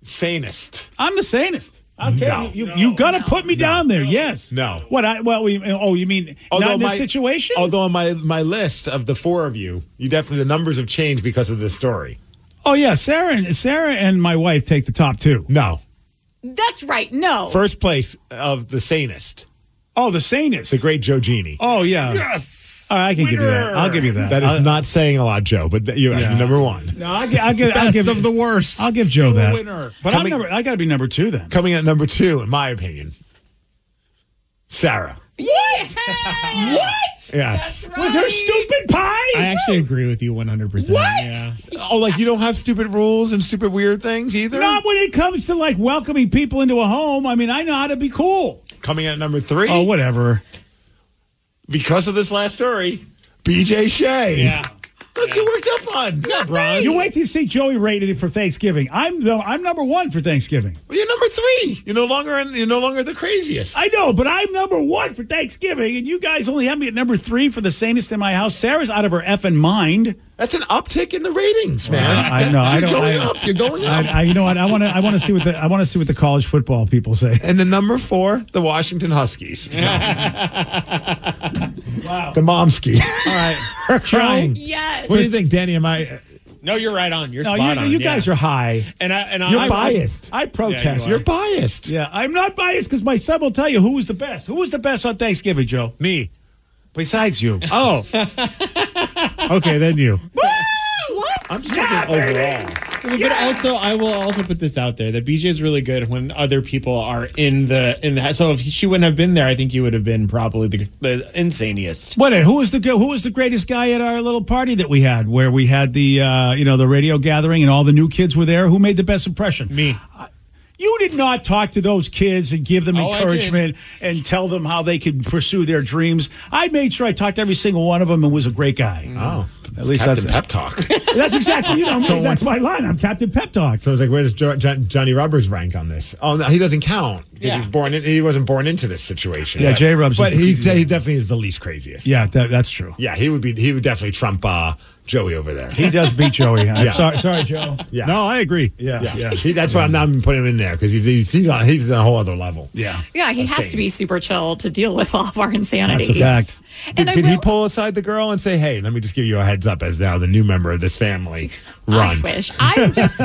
[SPEAKER 4] Sanest.
[SPEAKER 3] I'm the sanest. Okay,
[SPEAKER 4] No.
[SPEAKER 3] you, you, got to put me down there. Yes.
[SPEAKER 4] No.
[SPEAKER 3] What? I well, we, oh, you mean not in this situation?
[SPEAKER 4] Although on my my list of the four of you, you definitely the numbers have changed because of this story.
[SPEAKER 3] Oh yeah, Sarah and Sarah and my wife take the top two.
[SPEAKER 4] No,
[SPEAKER 7] That's right. No.
[SPEAKER 4] First place of the sanest.
[SPEAKER 3] Oh, the sanest.
[SPEAKER 4] The great Joe Genie.
[SPEAKER 3] Oh yeah.
[SPEAKER 4] Yes.
[SPEAKER 3] All right, I can give you that. I'll give you that.
[SPEAKER 4] That is
[SPEAKER 3] I'll-
[SPEAKER 4] not saying a lot, Joe, but th- you're
[SPEAKER 3] Yeah.
[SPEAKER 4] number one.
[SPEAKER 3] No, I'll, gi- I'll give. I'll
[SPEAKER 4] Best
[SPEAKER 3] give
[SPEAKER 4] of the worst.
[SPEAKER 3] I'll give Joe
[SPEAKER 4] Still
[SPEAKER 3] that.
[SPEAKER 4] winner.
[SPEAKER 3] But
[SPEAKER 4] Coming-
[SPEAKER 3] I'm number. I got to be number two then.
[SPEAKER 4] Coming at number two, in my opinion, Sarah.
[SPEAKER 7] What?
[SPEAKER 3] what?
[SPEAKER 4] Yes.
[SPEAKER 3] With her stupid pie.
[SPEAKER 12] I actually agree with you 100%. Yeah.
[SPEAKER 4] Oh, like you don't have stupid rules and stupid weird things either?
[SPEAKER 3] Not when it comes to like welcoming people into a home. I mean, I know how to be cool.
[SPEAKER 4] Coming at number three.
[SPEAKER 3] Oh, whatever.
[SPEAKER 4] Because of this last story, BJ Shea. Yeah. Look, you worked up on. Yeah, bronze.
[SPEAKER 3] You wait till you see Joey rated it for Thanksgiving. I'm no, I'm number one for Thanksgiving.
[SPEAKER 4] Well, you're number three. You're no longer in, you're no longer the craziest.
[SPEAKER 3] I know, but I'm number one for Thanksgiving, and you guys only have me at number three for the sanest in my house. Sarah's out of her effing mind.
[SPEAKER 4] That's an uptick in the ratings, man.
[SPEAKER 3] I know. I
[SPEAKER 4] You're
[SPEAKER 3] don't.
[SPEAKER 4] going
[SPEAKER 3] I,
[SPEAKER 4] up. You're going up.
[SPEAKER 3] I, I- you know what? I want to. I want to see what the. I want to see what the college football people say.
[SPEAKER 4] And the number four, the Washington Huskies.
[SPEAKER 3] wow.
[SPEAKER 4] The Momski.
[SPEAKER 12] All right.
[SPEAKER 4] Trying.
[SPEAKER 7] Yes.
[SPEAKER 4] What do you think, Danny? Am I?
[SPEAKER 12] No, you're right on. You're
[SPEAKER 3] No,
[SPEAKER 12] spot
[SPEAKER 3] you,
[SPEAKER 12] on.
[SPEAKER 3] you guys
[SPEAKER 12] yeah.
[SPEAKER 3] are high.
[SPEAKER 12] And I and
[SPEAKER 3] You're
[SPEAKER 12] I,
[SPEAKER 3] biased. I protest.
[SPEAKER 12] Yeah, you are.
[SPEAKER 4] biased.
[SPEAKER 3] Yeah, I'm not biased because my son will tell you who was the best. Who was the best on Thanksgiving, Joe?
[SPEAKER 8] Me.
[SPEAKER 3] Besides you.
[SPEAKER 8] Oh. okay, then you.
[SPEAKER 7] What?
[SPEAKER 12] I'm
[SPEAKER 3] talking
[SPEAKER 12] overall. But also, I will also put this out there that BJ is really good when other people are in the in the. So if she wouldn't have been there, I think you would have been probably the, the insaniest.
[SPEAKER 3] What? Who was the go- who was the greatest guy at our little party that we had, where we had the uh, you know the radio gathering and all the new kids were there? Who made the best impression?
[SPEAKER 8] Me.
[SPEAKER 3] You did not talk to those kids and give them
[SPEAKER 12] Oh, I did.
[SPEAKER 3] encouragement and tell them how they could pursue their dreams. I made sure I talked to every single one of them and was a great guy.
[SPEAKER 4] Oh,
[SPEAKER 3] at least
[SPEAKER 4] Captain
[SPEAKER 3] that's
[SPEAKER 4] pep talk.
[SPEAKER 3] that's exactly you know
[SPEAKER 4] So
[SPEAKER 3] that's my line. I'm Captain Pep Talk.
[SPEAKER 4] So it's like, where does jo- Jo- Johnny Roberts rank on this? Oh, no, he doesn't count because
[SPEAKER 3] Yeah.
[SPEAKER 4] he's born. In, he wasn't born into this situation.
[SPEAKER 3] Yeah,
[SPEAKER 4] But-
[SPEAKER 3] J. Rubs is
[SPEAKER 4] But
[SPEAKER 3] the-
[SPEAKER 4] he's, he definitely is the least craziest.
[SPEAKER 3] Yeah, that, that's true.
[SPEAKER 4] Yeah, he would be. He would definitely trump uh, Joey over there.
[SPEAKER 3] He does beat Joey. I'm
[SPEAKER 4] Yeah.
[SPEAKER 3] sorry, sorry, Joe.
[SPEAKER 4] Yeah.
[SPEAKER 8] No, I agree.
[SPEAKER 3] Yeah, yeah.
[SPEAKER 4] He, that's why I'm not even putting him in there because he's, he's he's on he's on a whole other level.
[SPEAKER 3] Yeah.
[SPEAKER 7] Yeah, he has to be super chill to deal with all of our insanity.
[SPEAKER 4] Did,
[SPEAKER 7] I
[SPEAKER 4] did he
[SPEAKER 7] will-
[SPEAKER 4] pull aside the girl and say, "Hey, let me just give you a heads up as now the new member of this family"? Run.
[SPEAKER 7] I wish. I just,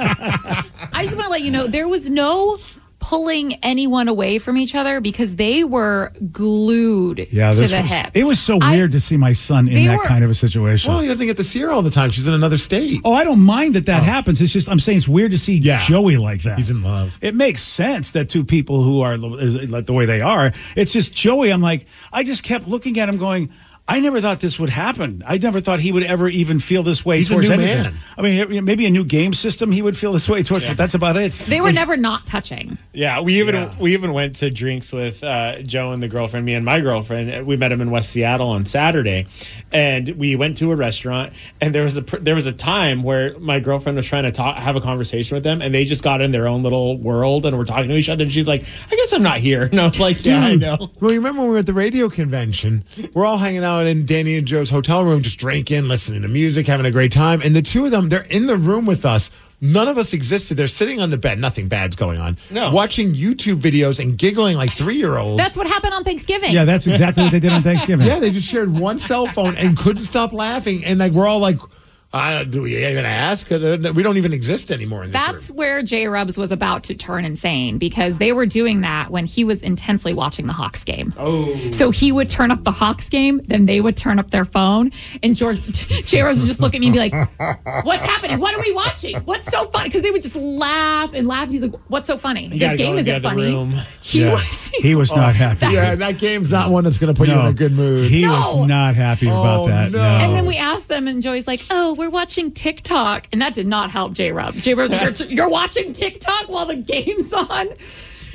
[SPEAKER 7] I just want to let you know there was no pulling anyone away from each other because they were glued
[SPEAKER 3] Yeah,
[SPEAKER 7] to
[SPEAKER 3] this
[SPEAKER 7] the
[SPEAKER 3] was-
[SPEAKER 7] hip.
[SPEAKER 3] It was so weird to see my son in
[SPEAKER 7] They
[SPEAKER 3] that
[SPEAKER 7] were-
[SPEAKER 3] kind of a situation.
[SPEAKER 4] Well, he doesn't get to see her all the time. She's in another state.
[SPEAKER 3] Oh, I don't mind that that happens. It's just I'm saying it's weird to see Joey like that.
[SPEAKER 4] He's in love.
[SPEAKER 3] It makes sense that two people who are l- is- like the way they are. It's just Joey. I'm like I just kept looking at him going. I never thought this would happen. I never thought he would ever even feel this way
[SPEAKER 4] He's a
[SPEAKER 3] towards
[SPEAKER 4] new
[SPEAKER 3] anything.
[SPEAKER 4] man.
[SPEAKER 3] I mean, it- maybe a new game system he would feel this way towards, but that's about it.
[SPEAKER 7] They were never not touching.
[SPEAKER 12] Yeah, we even we even went to drinks with uh, Joe and the girlfriend, me and my girlfriend. We met him in West Seattle on Saturday, and we went to a restaurant. And there was a pr- there was a time where my girlfriend was trying to talk, have a conversation with them, and they just got in their own little world and were talking to each other. And she's like, "I guess I'm not here," and I was like, "Yeah, I
[SPEAKER 4] Dude,
[SPEAKER 12] know."
[SPEAKER 4] Well, you remember when we were at the radio convention? We're all hanging out in Danny and Joe's hotel room, just drinking, listening to music, having a great time. And the two of them, they're in the room with us. None of us existed. They're sitting on the bed. Nothing bad's going on.
[SPEAKER 7] No.
[SPEAKER 4] Watching YouTube videos and giggling like three year olds.
[SPEAKER 7] That's what happened on Thanksgiving.
[SPEAKER 3] Yeah, that's exactly what they did on Thanksgiving.
[SPEAKER 4] Yeah, they just shared one cell phone and couldn't stop laughing. And like we're all like, I do we even ask? Uh, We don't even exist anymore in this
[SPEAKER 7] That's where Jay Rubs was about to turn insane because they were doing that when he was intensely watching the Hawks game.
[SPEAKER 4] Oh.
[SPEAKER 7] So he would turn up the Hawks game, then they would turn up their phone, and George Jay Rubs would just look at me and be like, "What's happening? What are we watching? What's so funny?" Because they would just laugh and laugh. And he's like, "What's so funny?
[SPEAKER 4] You
[SPEAKER 7] this
[SPEAKER 4] gotta go
[SPEAKER 7] game
[SPEAKER 4] in the
[SPEAKER 7] isn't
[SPEAKER 4] other
[SPEAKER 7] funny."
[SPEAKER 4] room.
[SPEAKER 7] He
[SPEAKER 3] Yeah.
[SPEAKER 7] was.
[SPEAKER 3] He was not happy.
[SPEAKER 4] Oh, Yeah, that game's not one that's going to put you in a good mood. Oh,
[SPEAKER 3] He
[SPEAKER 7] No.
[SPEAKER 3] was not happy about that. No.
[SPEAKER 7] And
[SPEAKER 4] um,
[SPEAKER 7] then we asked them, and Joey's like, "Oh, we're watching TikTok," and that did not help J. Rub. J. Rub's like, you're, "You're watching TikTok while the game's on."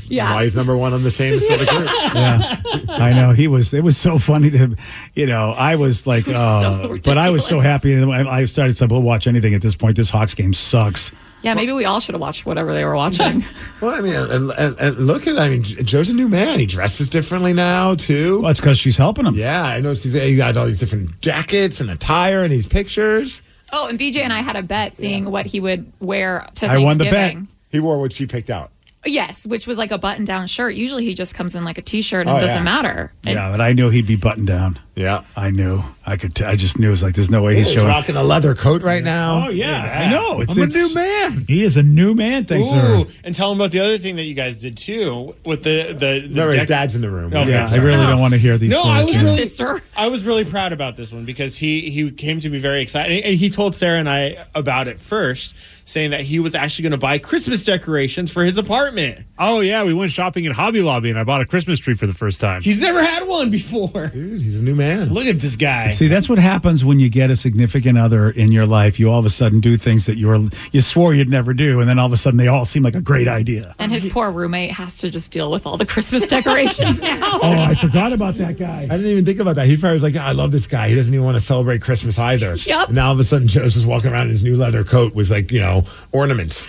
[SPEAKER 7] Yeah,
[SPEAKER 4] Why is number one on the same as the other group?
[SPEAKER 3] yeah, I know he was. It was so funny to, you know, I was like,
[SPEAKER 7] It was
[SPEAKER 3] oh,
[SPEAKER 7] so
[SPEAKER 3] but I was so happy. And I I started to we'll watch anything at this point. This Hawks game sucks.
[SPEAKER 7] yeah. Maybe we all should have watched whatever they were watching.
[SPEAKER 4] Well, I mean, and, and, and look at, I mean, J- Joe's a new man. He dresses differently now, too.
[SPEAKER 3] Well, it's because she's helping him.
[SPEAKER 4] Yeah, I noticed he's, he got all these different jackets and attire and these pictures.
[SPEAKER 7] oh, and BJ and I had a bet, seeing what he would wear to
[SPEAKER 4] I
[SPEAKER 7] Thanksgiving.
[SPEAKER 4] won the bet. He wore what she picked out.
[SPEAKER 7] Yes, which was like a button-down shirt. Usually, he just comes in like a t-shirt and
[SPEAKER 3] Oh,
[SPEAKER 7] it doesn't
[SPEAKER 3] yeah.
[SPEAKER 7] matter. And
[SPEAKER 3] yeah, but I knew he'd be buttoned down.
[SPEAKER 4] Yeah,
[SPEAKER 3] I knew. I could. T- I just knew. It was like, there's no way he's,
[SPEAKER 4] he's
[SPEAKER 3] showing.
[SPEAKER 4] rocking a leather coat right now.
[SPEAKER 3] Oh yeah,
[SPEAKER 12] Yeah.
[SPEAKER 3] I know. It's
[SPEAKER 12] I'm a
[SPEAKER 3] it's-
[SPEAKER 12] new
[SPEAKER 4] man.
[SPEAKER 3] He is a new man. Thanks, sir.
[SPEAKER 12] Ooh, and tell them about the other thing that you guys did too with the the. the
[SPEAKER 4] No, his dad's in the room. Yeah, I
[SPEAKER 3] really don't wanna hear these
[SPEAKER 12] No, I was
[SPEAKER 3] stories,
[SPEAKER 12] really,
[SPEAKER 3] man.
[SPEAKER 12] I was really proud about this one because he he came to me very excited, and he told Sarah and I about it first, saying that he was actually going to buy Christmas decorations for his apartment.
[SPEAKER 8] Oh yeah, we went shopping at Hobby Lobby and I bought a Christmas tree for the first time.
[SPEAKER 12] He's never had one before. Dude,
[SPEAKER 4] Oh, he's a new man.
[SPEAKER 12] Look at this guy.
[SPEAKER 3] See, that's what happens when you get a significant other in your life. You all of a sudden do things that you were you swore you'd never do, and then all of a sudden they all seem like a great idea.
[SPEAKER 7] and his poor roommate has to just deal with all the Christmas decorations now.
[SPEAKER 3] Oh, I forgot about that guy. I
[SPEAKER 4] didn't even think about that. He probably was like, "Yeah, I love this guy. He doesn't even want to celebrate Christmas either.
[SPEAKER 7] Yep.
[SPEAKER 4] And now all of a sudden, Joe's just walking around in his new leather coat with like, you know, ornaments.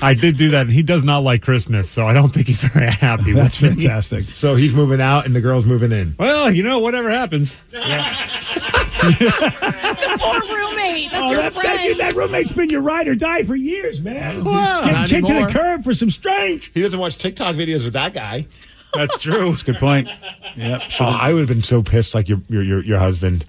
[SPEAKER 8] I did do that, and he does not like Christmas, so I don't think he's very happy.
[SPEAKER 4] That's
[SPEAKER 8] with me.
[SPEAKER 3] fantastic.
[SPEAKER 4] So he's moving out and the girl's moving in.
[SPEAKER 8] Well, you know, whatever happens.
[SPEAKER 7] Poor roommate. That's
[SPEAKER 3] Oh,
[SPEAKER 7] your
[SPEAKER 3] that, that-
[SPEAKER 7] friend.
[SPEAKER 3] that roommate's been your ride or die for years, man.
[SPEAKER 4] Well,
[SPEAKER 3] Getting
[SPEAKER 4] not
[SPEAKER 3] kicked to
[SPEAKER 4] anymore.
[SPEAKER 3] the curb for some strange.
[SPEAKER 4] He doesn't watch TikTok videos with that guy.
[SPEAKER 8] That's true. That's
[SPEAKER 3] a good point. Yep.
[SPEAKER 4] Oh, I would have been so pissed, like your your your, your husband,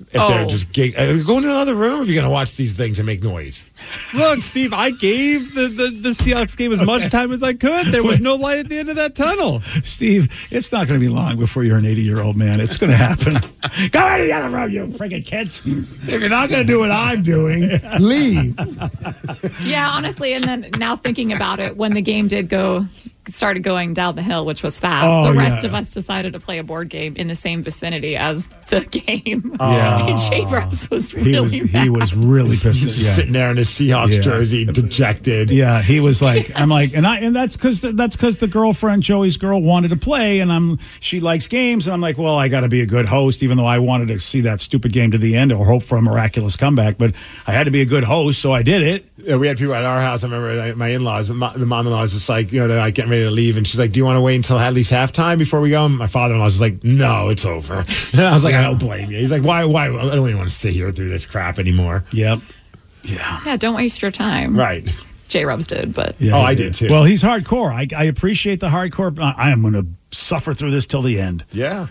[SPEAKER 4] if they're
[SPEAKER 8] Oh.
[SPEAKER 4] just gig- uh, go into another room if you're going to watch these things and make noise.
[SPEAKER 8] Look, Steve, I gave the, the, the Seahawks game as much time as I could. There was no light at the end of that tunnel.
[SPEAKER 3] Steve, it's not going to be long before you're an 80 year old man. It's going to happen. Go out of the other room, you freaking kids. If
[SPEAKER 4] you're not going to do what I'm doing, leave.
[SPEAKER 7] Yeah, honestly, and then now thinking about it, when the game did go started going down the hill, which was fast,
[SPEAKER 3] Oh,
[SPEAKER 7] the rest
[SPEAKER 3] yeah.
[SPEAKER 7] of us decided to play a board game in the same vicinity as the game.
[SPEAKER 3] Yeah.
[SPEAKER 7] and Jay Bruss was
[SPEAKER 3] Oh. He
[SPEAKER 7] really
[SPEAKER 3] was he
[SPEAKER 7] mad.
[SPEAKER 3] was really pissed.
[SPEAKER 4] He's just sitting there in his Seahawks jersey, dejected.
[SPEAKER 3] Yeah, he was like, I'm like, and I and that's because that's because the girlfriend Joey's girl wanted to play, and I'm she likes games, and I'm like, well, I got to be a good host, even though I wanted to see that stupid game to the end or hope for a miraculous comeback, but I had to be a good host, so I did it.
[SPEAKER 4] Yeah, Uh, we had people at our house. I remember like, my in-laws, my, the mom-in-law was just like, you know, they're like getting ready to leave, and she's like, "Do you want to wait until at least halftime before we go?" And my father-in-law was just like, "No, it's over." And I was like, "I don't blame you." He's like, "Why? Why? I don't even want to sit here through this crap anymore."
[SPEAKER 3] Yep.
[SPEAKER 7] yeah, don't waste your time.
[SPEAKER 4] Right.
[SPEAKER 7] J Rubs did, but
[SPEAKER 3] Yeah,
[SPEAKER 4] oh,
[SPEAKER 3] he
[SPEAKER 4] I did too.
[SPEAKER 3] Well, he's hardcore. I, I appreciate the hardcore. I, I am going to suffer through this till the end.
[SPEAKER 4] yeah.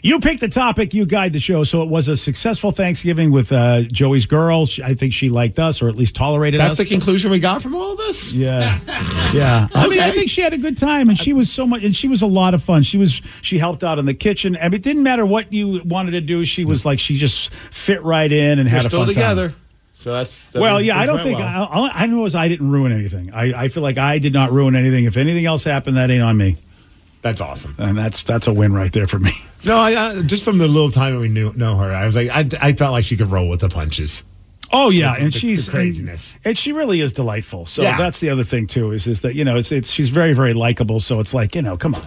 [SPEAKER 3] You pick the topic, you guide the show. So it was a successful Thanksgiving with uh, Joey's girl. She, I think she liked us, or at least tolerated
[SPEAKER 4] That's
[SPEAKER 3] us.
[SPEAKER 4] the conclusion we got from all this.
[SPEAKER 3] Yeah, yeah. I mean, I think she had a good time, and she was so much, and she was a lot of fun. She was she helped out in the kitchen, and it didn't matter what you wanted to do. She was like she just fit right in and
[SPEAKER 4] We're
[SPEAKER 3] had a
[SPEAKER 4] still
[SPEAKER 3] fun time.
[SPEAKER 4] together. So that's that
[SPEAKER 3] well,
[SPEAKER 4] means
[SPEAKER 3] yeah, I
[SPEAKER 4] things
[SPEAKER 3] don't
[SPEAKER 4] went
[SPEAKER 3] think
[SPEAKER 4] well.
[SPEAKER 3] I, all I know is I didn't ruin anything. I, I feel like I did not ruin anything. If anything else happened, that ain't on me.
[SPEAKER 4] That's awesome,
[SPEAKER 3] and that's that's a win right there for me.
[SPEAKER 4] No, I, I, just from the little time that we knew know her, I was like, I, I felt like she could roll with the punches.
[SPEAKER 3] Oh yeah,
[SPEAKER 4] The-
[SPEAKER 3] and
[SPEAKER 4] the-
[SPEAKER 3] she's
[SPEAKER 4] the craziness.
[SPEAKER 3] and, she really is delightful. So
[SPEAKER 4] Yeah.
[SPEAKER 3] that's the other thing too is is that you know it's it's she's very very likable. So it's like you know come on,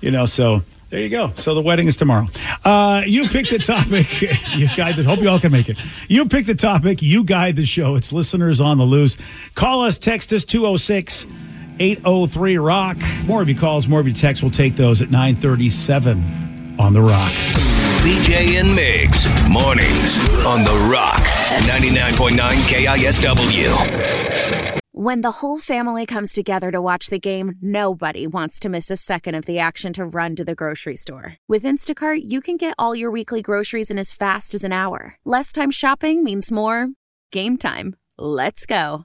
[SPEAKER 3] you know so. There you go. So the wedding is tomorrow. Uh, you pick the topic. you guide the. Hope you all can make it. You pick the topic. You guide the show. It's listeners on the loose. Call us. Text us 206 803 Rock. More of your calls, more of your texts. We'll take those at 937 on the Rock.
[SPEAKER 6] BJ and Migs, mornings on The Rock, 99.9 KISW.
[SPEAKER 13] When the whole family comes together to watch the game, nobody wants to miss a second of the action to run to the grocery store. With Instacart, you can get all your weekly groceries in as fast as an hour. Less time shopping means more game time. Let's go.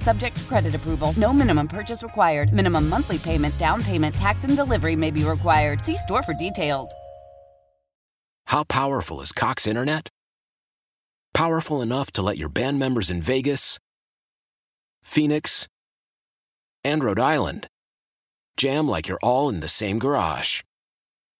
[SPEAKER 14] Subject to credit approval, no minimum purchase required. Minimum monthly payment, down payment, tax, and delivery may be required. See store for details.
[SPEAKER 15] How powerful is Cox Internet? Powerful enough to let your band members in Vegas, Phoenix, and Rhode Island jam like you're all in the same garage.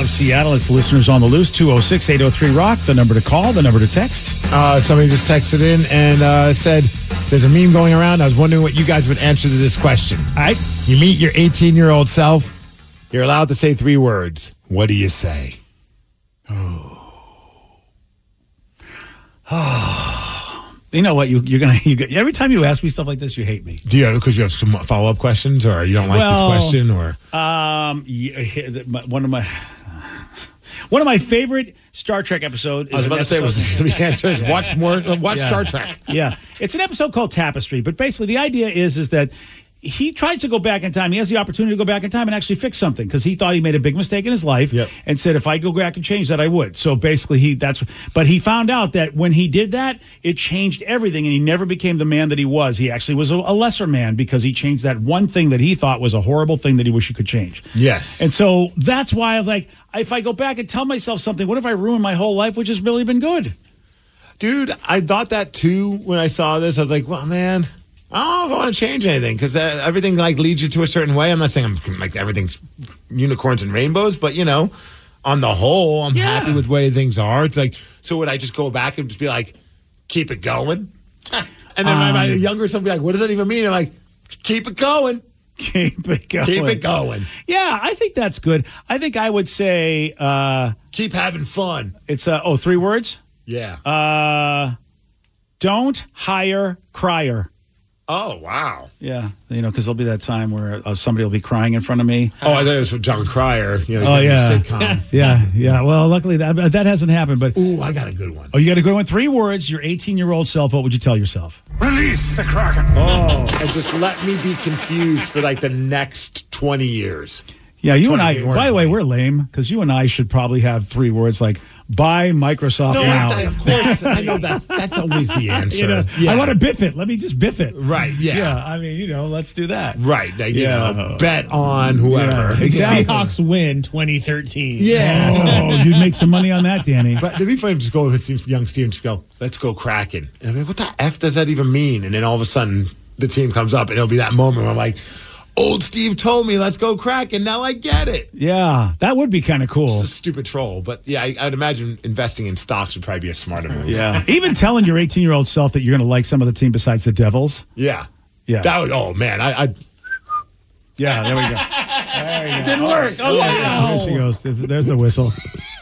[SPEAKER 3] of Seattle. It's listeners on the loose 206 803 Rock, the number to call, the number to text.
[SPEAKER 4] Uh, somebody just texted in and uh, said, "There's a meme going around. I was wondering what you guys would answer to this question." All right, you meet your 18 year old self. You're allowed to say three words. What do you say?
[SPEAKER 3] You know what? You, you're going to, you, go- every time you ask me stuff like this, you hate me.
[SPEAKER 4] Do you because you have some follow up questions, or you don't like
[SPEAKER 3] Well,
[SPEAKER 4] this question, or
[SPEAKER 3] Um, yeah, my- one of my. One of my favorite Star Trek episodes.
[SPEAKER 4] I was about to say, was- the answer is watch more- watch Star Trek.
[SPEAKER 3] Yeah, it's an episode called Tapestry. But basically, the idea is is that he tries to go back in time. He has the opportunity to go back in time and actually fix something because he thought he made a big mistake in his life and said, if I go back and change that, I would. So basically, he that's. But he found out that when he did that, it changed everything, and he never became the man that he was. He actually was a, a lesser man because he changed that one thing that he thought was a horrible thing that he wished he could change.
[SPEAKER 4] yes,
[SPEAKER 3] And so that's why I'm like, if I go back and tell myself something, what if I ruin my whole life, which has really been good?
[SPEAKER 4] dude, I thought that too when I saw this. I was like, well, man. I don't know if I want to change anything because everything like leads you to a certain way. I'm not saying I'm like everything's unicorns and rainbows, but you know, on the whole, I'm happy with the way things are. It's like, so would I just go back and just be like, keep it going? And then my, my
[SPEAKER 3] Um,
[SPEAKER 4] younger son be like, what does that even mean? I'm like, keep it going.
[SPEAKER 3] Keep it going.
[SPEAKER 4] Keep it going.
[SPEAKER 3] Yeah, I think that's good. I think I would say uh,
[SPEAKER 4] keep having fun.
[SPEAKER 3] It's uh, oh three words.
[SPEAKER 4] Yeah.
[SPEAKER 3] Uh, don't hire crier.
[SPEAKER 4] Oh, wow.
[SPEAKER 3] Yeah, you know, because there'll be that time where uh, somebody will be crying in front of me.
[SPEAKER 4] Oh, I thought it was from John Cryer. You know,
[SPEAKER 3] Oh
[SPEAKER 4] he's
[SPEAKER 3] yeah,
[SPEAKER 4] in the sitcom.
[SPEAKER 3] yeah, yeah. Well, luckily that that hasn't happened. But
[SPEAKER 4] ooh, I got a good one.
[SPEAKER 3] Oh, you got a good one. Three words. Your 18 year old self. What would you tell yourself?
[SPEAKER 4] Release the Kraken. Oh, and just let me be confused for like the next 20 years.
[SPEAKER 3] Yeah, you and
[SPEAKER 4] 20
[SPEAKER 3] I.
[SPEAKER 4] more
[SPEAKER 3] By the way, we're lame because you and I should probably have three words like "buy Microsoft
[SPEAKER 4] No,
[SPEAKER 3] now."
[SPEAKER 4] I- of course. I know that's that's always the answer.
[SPEAKER 3] You know,
[SPEAKER 4] Yeah.
[SPEAKER 3] I want to biff it. Let me just biff it.
[SPEAKER 4] Right. Yeah.
[SPEAKER 3] I mean, you know, let's do that.
[SPEAKER 4] Right. Like, you
[SPEAKER 3] Yeah.
[SPEAKER 4] know, bet on whoever.
[SPEAKER 3] Yeah, exactly.
[SPEAKER 12] Seahawks win 2013.
[SPEAKER 3] Oh, you'd make some money on that, Danny.
[SPEAKER 4] But it'd be funny if just go over and see young Steven just go, let's go Kraken. And I mean, what the F does that even mean? And then all of a sudden the team comes up and it'll be that moment where I'm like, old Steve told me, let's go Kraken. Now I get it.
[SPEAKER 3] Yeah, that would be kind of cool.
[SPEAKER 4] It's a stupid troll. But yeah, I, I'd imagine investing in stocks would probably be a smarter move.
[SPEAKER 3] Yeah. Even telling your 18 year old self that you're going to like some of the team besides the Devils.
[SPEAKER 4] Yeah.
[SPEAKER 3] Yeah.
[SPEAKER 4] That would, oh man, I, I
[SPEAKER 3] Yeah, there we go.
[SPEAKER 4] Didn't work. Oh, wow.
[SPEAKER 3] There she goes. There's, there's the whistle.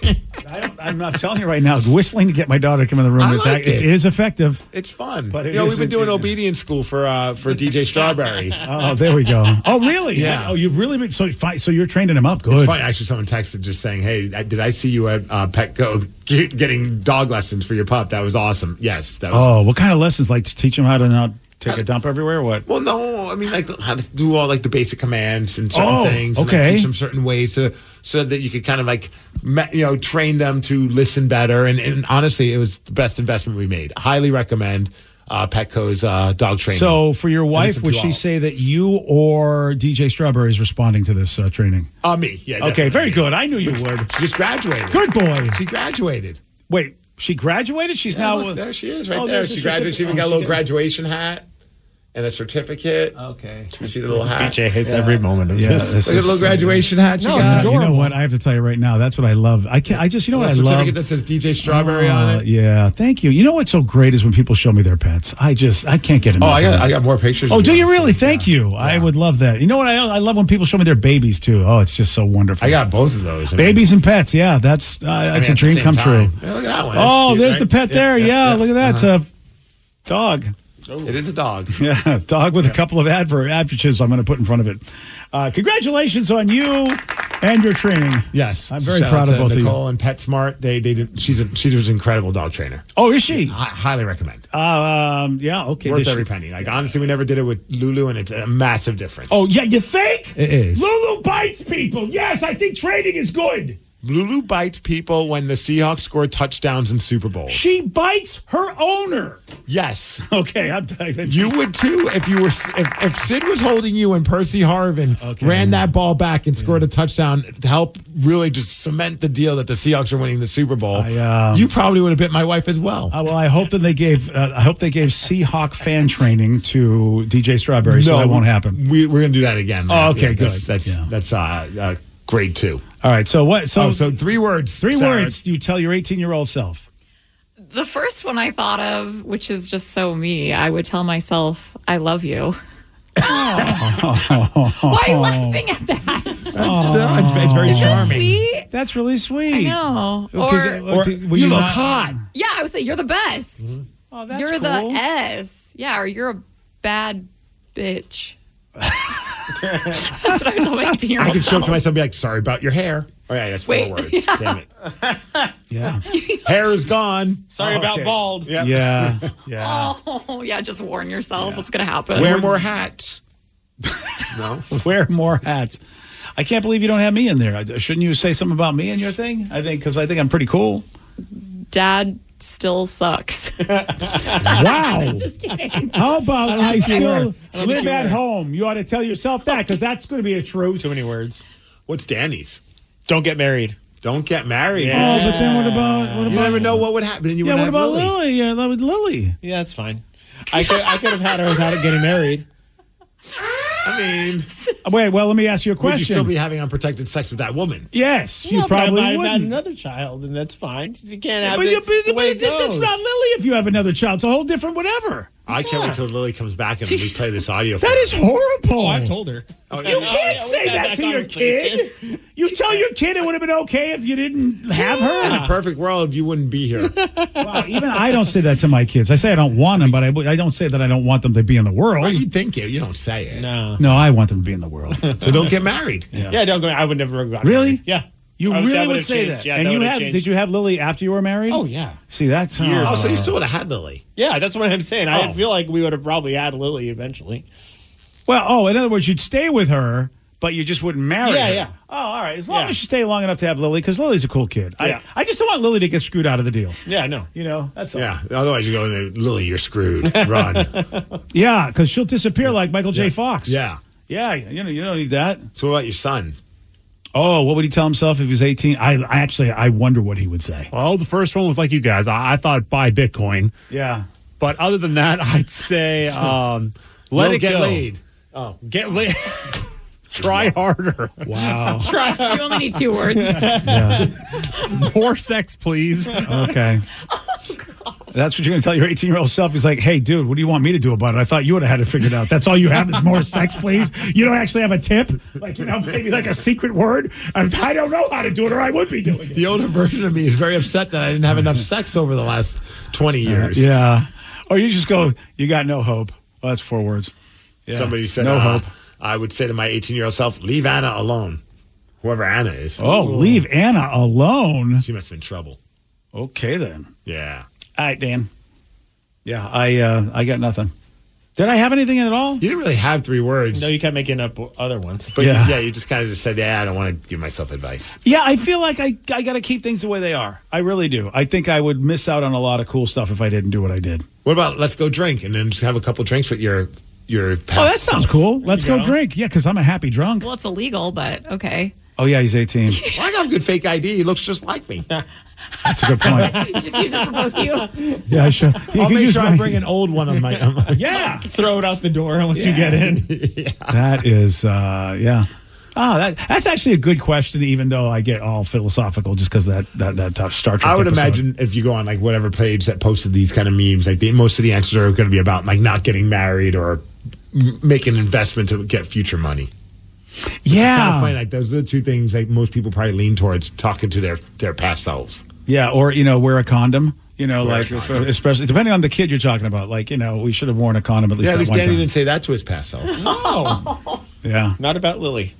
[SPEAKER 3] I don't, I'm not telling you right now. Whistling to get my daughter to come in the room.
[SPEAKER 4] I
[SPEAKER 3] is
[SPEAKER 4] like
[SPEAKER 3] act- it
[SPEAKER 4] it.
[SPEAKER 3] is effective.
[SPEAKER 4] It's fun.
[SPEAKER 3] But it
[SPEAKER 4] you know,
[SPEAKER 3] is-
[SPEAKER 4] we've been
[SPEAKER 3] it-
[SPEAKER 4] doing
[SPEAKER 3] it-
[SPEAKER 4] obedience school for uh, for DJ Strawberry.
[SPEAKER 3] Oh, there we go. Oh, really?
[SPEAKER 4] Yeah.
[SPEAKER 3] Oh, you've really been so. fi- So you're training him up. Good.
[SPEAKER 4] It's funny. Actually, someone texted just saying, "Hey, I- did I see you at uh, Petco get- getting dog lessons for your pup? That was awesome. Yes, that was.
[SPEAKER 3] Oh, what kind of lessons? Like to teach him how to not take a dump everywhere? Or what?
[SPEAKER 4] Well, no, I mean like how to do all like the basic commands and certain
[SPEAKER 3] Oh,
[SPEAKER 4] things. And, like,
[SPEAKER 3] okay.
[SPEAKER 4] teach them certain ways to so that you could kind of like me- you know train them to listen better. And, and honestly, it was the best investment we made. Highly recommend. uh, Petco's uh, dog training.
[SPEAKER 3] So, for your
[SPEAKER 4] And
[SPEAKER 3] wife,
[SPEAKER 4] listen
[SPEAKER 3] would
[SPEAKER 4] to
[SPEAKER 3] she
[SPEAKER 4] all.
[SPEAKER 3] say that you or DJ Strawberry is responding to this uh, training?
[SPEAKER 4] Uh, me. Yeah.
[SPEAKER 3] okay,
[SPEAKER 4] definitely.
[SPEAKER 3] very good. I knew you would.
[SPEAKER 4] She just graduated.
[SPEAKER 3] Good boy.
[SPEAKER 4] She graduated.
[SPEAKER 3] Wait, she graduated? She's
[SPEAKER 4] Yeah,
[SPEAKER 3] now.
[SPEAKER 4] look, there she is, right
[SPEAKER 3] Oh,
[SPEAKER 4] there.
[SPEAKER 3] there's
[SPEAKER 4] She
[SPEAKER 3] the
[SPEAKER 4] graduated. She even got
[SPEAKER 3] certificate.
[SPEAKER 4] a
[SPEAKER 3] Oh,
[SPEAKER 4] little
[SPEAKER 3] she did.
[SPEAKER 4] graduation hat and a certificate.
[SPEAKER 3] Okay.
[SPEAKER 4] You see the little hat?
[SPEAKER 12] BJ hates every moment of
[SPEAKER 3] Yeah,
[SPEAKER 12] this.
[SPEAKER 3] this
[SPEAKER 4] Look at the little graduation hat she
[SPEAKER 3] No,
[SPEAKER 4] got.
[SPEAKER 3] You know what? I have to tell you right now. That's what I love. I can't. I just. You know what I
[SPEAKER 4] Little certificate
[SPEAKER 3] love.
[SPEAKER 4] that says DJ Strawberry
[SPEAKER 3] Uh,
[SPEAKER 4] on it.
[SPEAKER 3] yeah, thank you. You know what's so great is when people show me their pets. I just I can't get
[SPEAKER 4] Oh,
[SPEAKER 3] enough.
[SPEAKER 4] I
[SPEAKER 3] of
[SPEAKER 4] got
[SPEAKER 3] that.
[SPEAKER 4] I got more pictures.
[SPEAKER 3] Oh,
[SPEAKER 4] of
[SPEAKER 3] do
[SPEAKER 4] you.
[SPEAKER 3] you really? Thank you. I would love that. You know what? I, I love when people show me their babies too. Oh, it's just so wonderful.
[SPEAKER 4] I got both of those. I mean,
[SPEAKER 3] babies and pets. Yeah, that's uh,
[SPEAKER 4] I
[SPEAKER 3] that's a
[SPEAKER 4] mean, at the
[SPEAKER 3] dream
[SPEAKER 4] same
[SPEAKER 3] come
[SPEAKER 4] time.
[SPEAKER 3] true.
[SPEAKER 4] Yeah, look at that one. That's
[SPEAKER 3] Oh,
[SPEAKER 4] cute,
[SPEAKER 3] there's
[SPEAKER 4] right?
[SPEAKER 3] the pet
[SPEAKER 4] Yeah,
[SPEAKER 3] there.
[SPEAKER 4] yeah,
[SPEAKER 3] Yeah,
[SPEAKER 4] yeah.
[SPEAKER 3] look at that. It's
[SPEAKER 4] Uh-huh.
[SPEAKER 3] a dog.
[SPEAKER 4] It is a dog.
[SPEAKER 3] Yeah, dog with a couple of adver- adjectives I'm going to put in front of it. Uh, congratulations on you and your training.
[SPEAKER 4] Yes,
[SPEAKER 3] I'm very
[SPEAKER 4] Shout out
[SPEAKER 3] proud of
[SPEAKER 4] to
[SPEAKER 3] both of you.
[SPEAKER 4] Nicole and PetSmart. They they did, she's a, she was an incredible dog trainer.
[SPEAKER 3] Oh, is she?
[SPEAKER 4] I highly recommend.
[SPEAKER 3] Um, yeah, okay.
[SPEAKER 4] Worth
[SPEAKER 3] this-
[SPEAKER 4] every penny. Like honestly, we never did it with Lulu, and it's a massive difference.
[SPEAKER 3] Oh, yeah, you think?
[SPEAKER 4] It is.
[SPEAKER 3] Lulu bites people. Yes, I think training is good.
[SPEAKER 4] Lulu bites people when the Seahawks score touchdowns in Super Bowls.
[SPEAKER 3] She bites her owner.
[SPEAKER 4] yes,
[SPEAKER 3] Okay, I'm diving.
[SPEAKER 4] you would too if you were if, if Sid was holding you and Percy Harvin ran that ball back and scored a touchdown to help really just cement the deal that the Seahawks are winning the Super Bowl.
[SPEAKER 3] I, um,
[SPEAKER 4] you probably would have bit my wife as well.
[SPEAKER 3] Uh, well, I hope that they gave. Uh, I hope they gave Seahawk fan training to DJ Strawberry, so that won't happen.
[SPEAKER 4] We, we're going to do that again.
[SPEAKER 3] Oh, okay, good.
[SPEAKER 4] That's that's,
[SPEAKER 3] Yeah.
[SPEAKER 4] that's uh, uh, grade two.
[SPEAKER 3] All right. So what? So
[SPEAKER 4] oh, so three words.
[SPEAKER 3] three
[SPEAKER 4] Sarah.
[SPEAKER 3] words. You tell your 18 year old self.
[SPEAKER 7] The first one I thought of, which is just so me, I would tell myself, I love you. Why are you laughing at that?
[SPEAKER 4] uh, It's, it's very
[SPEAKER 7] Is that
[SPEAKER 4] charming.
[SPEAKER 7] sweet?
[SPEAKER 3] That's really sweet.
[SPEAKER 7] I know.
[SPEAKER 3] Well, 'cause,
[SPEAKER 7] Or-
[SPEAKER 3] uh,
[SPEAKER 4] Or,
[SPEAKER 3] did- were
[SPEAKER 4] you look
[SPEAKER 3] not-
[SPEAKER 4] hot.
[SPEAKER 7] Yeah, I would say you're the best.
[SPEAKER 4] Mm-hmm.
[SPEAKER 3] Oh, that's
[SPEAKER 7] you're
[SPEAKER 3] cool.
[SPEAKER 7] the S. Yeah, or you're a bad bitch. That's what I told my 18 year
[SPEAKER 4] I
[SPEAKER 7] old.
[SPEAKER 4] could show up to myself and be like, sorry about your hair. All right, that's four
[SPEAKER 7] Wait.
[SPEAKER 4] words.
[SPEAKER 7] Yeah.
[SPEAKER 4] Damn it.
[SPEAKER 3] Yeah.
[SPEAKER 4] Hair is gone.
[SPEAKER 12] Sorry
[SPEAKER 3] Oh,
[SPEAKER 12] about
[SPEAKER 3] okay.
[SPEAKER 12] bald.
[SPEAKER 4] Yeah.
[SPEAKER 3] Yeah. Yeah.
[SPEAKER 7] Oh, yeah, just warn yourself what's going to happen.
[SPEAKER 4] Wear more hats. no.
[SPEAKER 7] Oh.
[SPEAKER 3] Wear more hats. I can't believe you don't have me in there. I- Shouldn't you say something about me in your thing? I think because I think I'm pretty cool.
[SPEAKER 7] Dad still sucks.
[SPEAKER 3] Wow.
[SPEAKER 7] just kidding.
[SPEAKER 3] How about I still
[SPEAKER 12] don't think
[SPEAKER 3] live
[SPEAKER 12] you
[SPEAKER 3] at
[SPEAKER 12] were.
[SPEAKER 3] home? You ought to tell yourself that because that's going to be a truth.
[SPEAKER 12] Too many words.
[SPEAKER 4] What's Danny's?
[SPEAKER 12] Don't get married.
[SPEAKER 4] Don't get married.
[SPEAKER 12] Yeah.
[SPEAKER 3] Oh, but then what about what about?
[SPEAKER 4] You never know what would happen. You
[SPEAKER 3] yeah,
[SPEAKER 4] would
[SPEAKER 3] what
[SPEAKER 4] have
[SPEAKER 3] about
[SPEAKER 4] Lily.
[SPEAKER 3] Lily? Yeah, that was Lily.
[SPEAKER 12] Yeah, that's fine. I could I could have had her without getting married.
[SPEAKER 4] I mean,
[SPEAKER 3] Uh, Wait, well, let me ask you a
[SPEAKER 4] would you
[SPEAKER 3] question.
[SPEAKER 4] still be having unprotected sex with that woman?
[SPEAKER 3] yes, you
[SPEAKER 12] Yeah, but
[SPEAKER 3] probably
[SPEAKER 12] I might have had
[SPEAKER 3] wouldn't.
[SPEAKER 12] another child, and that's fine. You can't have
[SPEAKER 3] But,
[SPEAKER 12] it
[SPEAKER 3] you, but,
[SPEAKER 12] the
[SPEAKER 3] but
[SPEAKER 12] way it
[SPEAKER 3] it's, it's
[SPEAKER 12] goes.
[SPEAKER 3] not Lily if you have another child. It's a whole different whatever.
[SPEAKER 4] I can't wait till Lily comes back and we play this audio.
[SPEAKER 3] That is horrible.
[SPEAKER 12] Oh, I've told her.
[SPEAKER 3] you can't say
[SPEAKER 12] had
[SPEAKER 3] that,
[SPEAKER 12] that
[SPEAKER 3] to your kid. You tell your kid it would have been okay if you didn't have
[SPEAKER 4] In a
[SPEAKER 3] her.
[SPEAKER 4] perfect world, you wouldn't be here.
[SPEAKER 3] Wow, even I don't say that to my kids. I say I don't want them, but I, I don't say that I don't want them to be in the
[SPEAKER 4] Well,
[SPEAKER 3] world.
[SPEAKER 4] you think it. You don't say it.
[SPEAKER 12] No.
[SPEAKER 3] No, I want them to be in the world.
[SPEAKER 4] So don't get married.
[SPEAKER 12] Yeah, don't go. I would never have gotten
[SPEAKER 3] Really?
[SPEAKER 12] married. Yeah.
[SPEAKER 3] You
[SPEAKER 12] I would- Oh, that
[SPEAKER 3] really would
[SPEAKER 12] would've
[SPEAKER 3] say
[SPEAKER 12] changed.
[SPEAKER 3] that.
[SPEAKER 12] Yeah,
[SPEAKER 3] and
[SPEAKER 12] that
[SPEAKER 3] you
[SPEAKER 12] would've
[SPEAKER 3] have
[SPEAKER 12] changed.
[SPEAKER 3] did you have Lily after you were married?
[SPEAKER 12] Oh yeah.
[SPEAKER 3] See, that's
[SPEAKER 12] Years.
[SPEAKER 4] Oh, so
[SPEAKER 3] Oh.
[SPEAKER 4] you still would have had Lily.
[SPEAKER 12] Yeah, that's what I'm saying.
[SPEAKER 4] Oh.
[SPEAKER 12] I feel like we would have probably had Lily eventually.
[SPEAKER 3] Well, oh, in other words, you'd stay with her, but you just wouldn't marry
[SPEAKER 12] Yeah,
[SPEAKER 3] her.
[SPEAKER 12] yeah.
[SPEAKER 3] Oh, all right. As long
[SPEAKER 12] Yeah.
[SPEAKER 3] as you stay long enough to have Lily, because Lily's a cool kid.
[SPEAKER 12] Yeah.
[SPEAKER 3] I, I just don't want Lily to get screwed out of the deal.
[SPEAKER 12] Yeah, no.
[SPEAKER 3] You know, that's all.
[SPEAKER 4] Yeah. Otherwise, you go, Lily, you're screwed. Run.
[SPEAKER 3] Yeah, because she'll disappear like Michael J. Fox.
[SPEAKER 4] yeah.
[SPEAKER 3] Yeah, you know, you don't need that.
[SPEAKER 4] So what about your son?
[SPEAKER 3] Oh, what would he tell himself if he was 18? I, I actually, I wonder what he would say.
[SPEAKER 8] Well, the first one was like you guys. I, I thought buy Bitcoin,
[SPEAKER 3] Yeah.
[SPEAKER 8] but other than that, I'd say um, let
[SPEAKER 4] We'll
[SPEAKER 8] it
[SPEAKER 4] get
[SPEAKER 8] go.
[SPEAKER 4] laid.
[SPEAKER 8] Get laid. Try harder.
[SPEAKER 3] Wow.
[SPEAKER 7] you only need two words.
[SPEAKER 8] More sex, please.
[SPEAKER 3] Okay. That's what you're going to tell your 18 year old self. He's like, hey, dude, what do you want me to do about it? I thought you would have had it figured out. That's all you have is more sex, please. You don't actually have a tip? Like, you know, maybe like a secret word? I I don't know how to do it or I would be doing it.
[SPEAKER 4] The older version of me is very upset that I didn't have enough sex over the last 20 years.
[SPEAKER 3] Yeah. Or you just go, you got no hope. Well, that's four words. Yeah.
[SPEAKER 4] Somebody said,
[SPEAKER 3] no
[SPEAKER 4] uh,
[SPEAKER 3] hope.
[SPEAKER 4] I would say to my 18 year old self, leave Anna alone. Whoever Anna is.
[SPEAKER 3] Oh, leave Anna alone.
[SPEAKER 4] She must have been trouble.
[SPEAKER 3] Okay, then.
[SPEAKER 4] Yeah.
[SPEAKER 3] All right, Dan. Yeah, I uh, I got nothing. Did I have anything in at all? You
[SPEAKER 4] didn't really have three words.
[SPEAKER 12] No, you kept making up other ones.
[SPEAKER 4] But yeah,
[SPEAKER 12] Yeah.
[SPEAKER 4] you, just kind of just said, yeah, I don't want to give myself advice.
[SPEAKER 3] Yeah, I feel like I, I got to keep things the way they are. I really do. I think I would miss out on a lot of cool stuff if I didn't do what I did.
[SPEAKER 4] What about let's go drink and then just have a couple drinks with your your.
[SPEAKER 3] Oh, that sounds cool. Let's go.
[SPEAKER 4] go.
[SPEAKER 3] drink. Yeah, because I'm a happy drunk.
[SPEAKER 7] Well, it's illegal, but okay.
[SPEAKER 3] Oh, yeah, he's 18.
[SPEAKER 4] I got a good fake ID. He looks just like me.
[SPEAKER 3] That's a good point.
[SPEAKER 7] Just use it for both you.
[SPEAKER 3] Yeah, I should. you
[SPEAKER 4] I'll
[SPEAKER 3] could
[SPEAKER 4] make
[SPEAKER 3] use
[SPEAKER 4] sure
[SPEAKER 3] my-
[SPEAKER 4] I bring an old one on my. On my
[SPEAKER 3] yeah,
[SPEAKER 12] throw it out the door once you get in.
[SPEAKER 3] That is, uh, yeah. Oh, that, that's actually a good question, even though I get all philosophical just because that, that, that tough Star Trek
[SPEAKER 4] I would
[SPEAKER 3] episode.
[SPEAKER 4] imagine if you go on like whatever page that posted these kind of memes, like the, most of the answers are going to be about like not getting married or m- making an investment to get future money.
[SPEAKER 3] Yeah,
[SPEAKER 4] kind of funny. Like those are the two things like most people probably lean towards talking to their their past selves.
[SPEAKER 3] Yeah, or you know, wear a condom. You know,
[SPEAKER 4] Wear a
[SPEAKER 3] like if,
[SPEAKER 4] condom.
[SPEAKER 3] especially depending on the kid you're talking about. Like you know, we should have worn a condom at least
[SPEAKER 4] yeah, at
[SPEAKER 3] that
[SPEAKER 4] least
[SPEAKER 3] one
[SPEAKER 4] Danny
[SPEAKER 3] time.
[SPEAKER 4] didn't say that to his past self.
[SPEAKER 12] Oh,
[SPEAKER 3] Yeah.
[SPEAKER 12] not about Lily.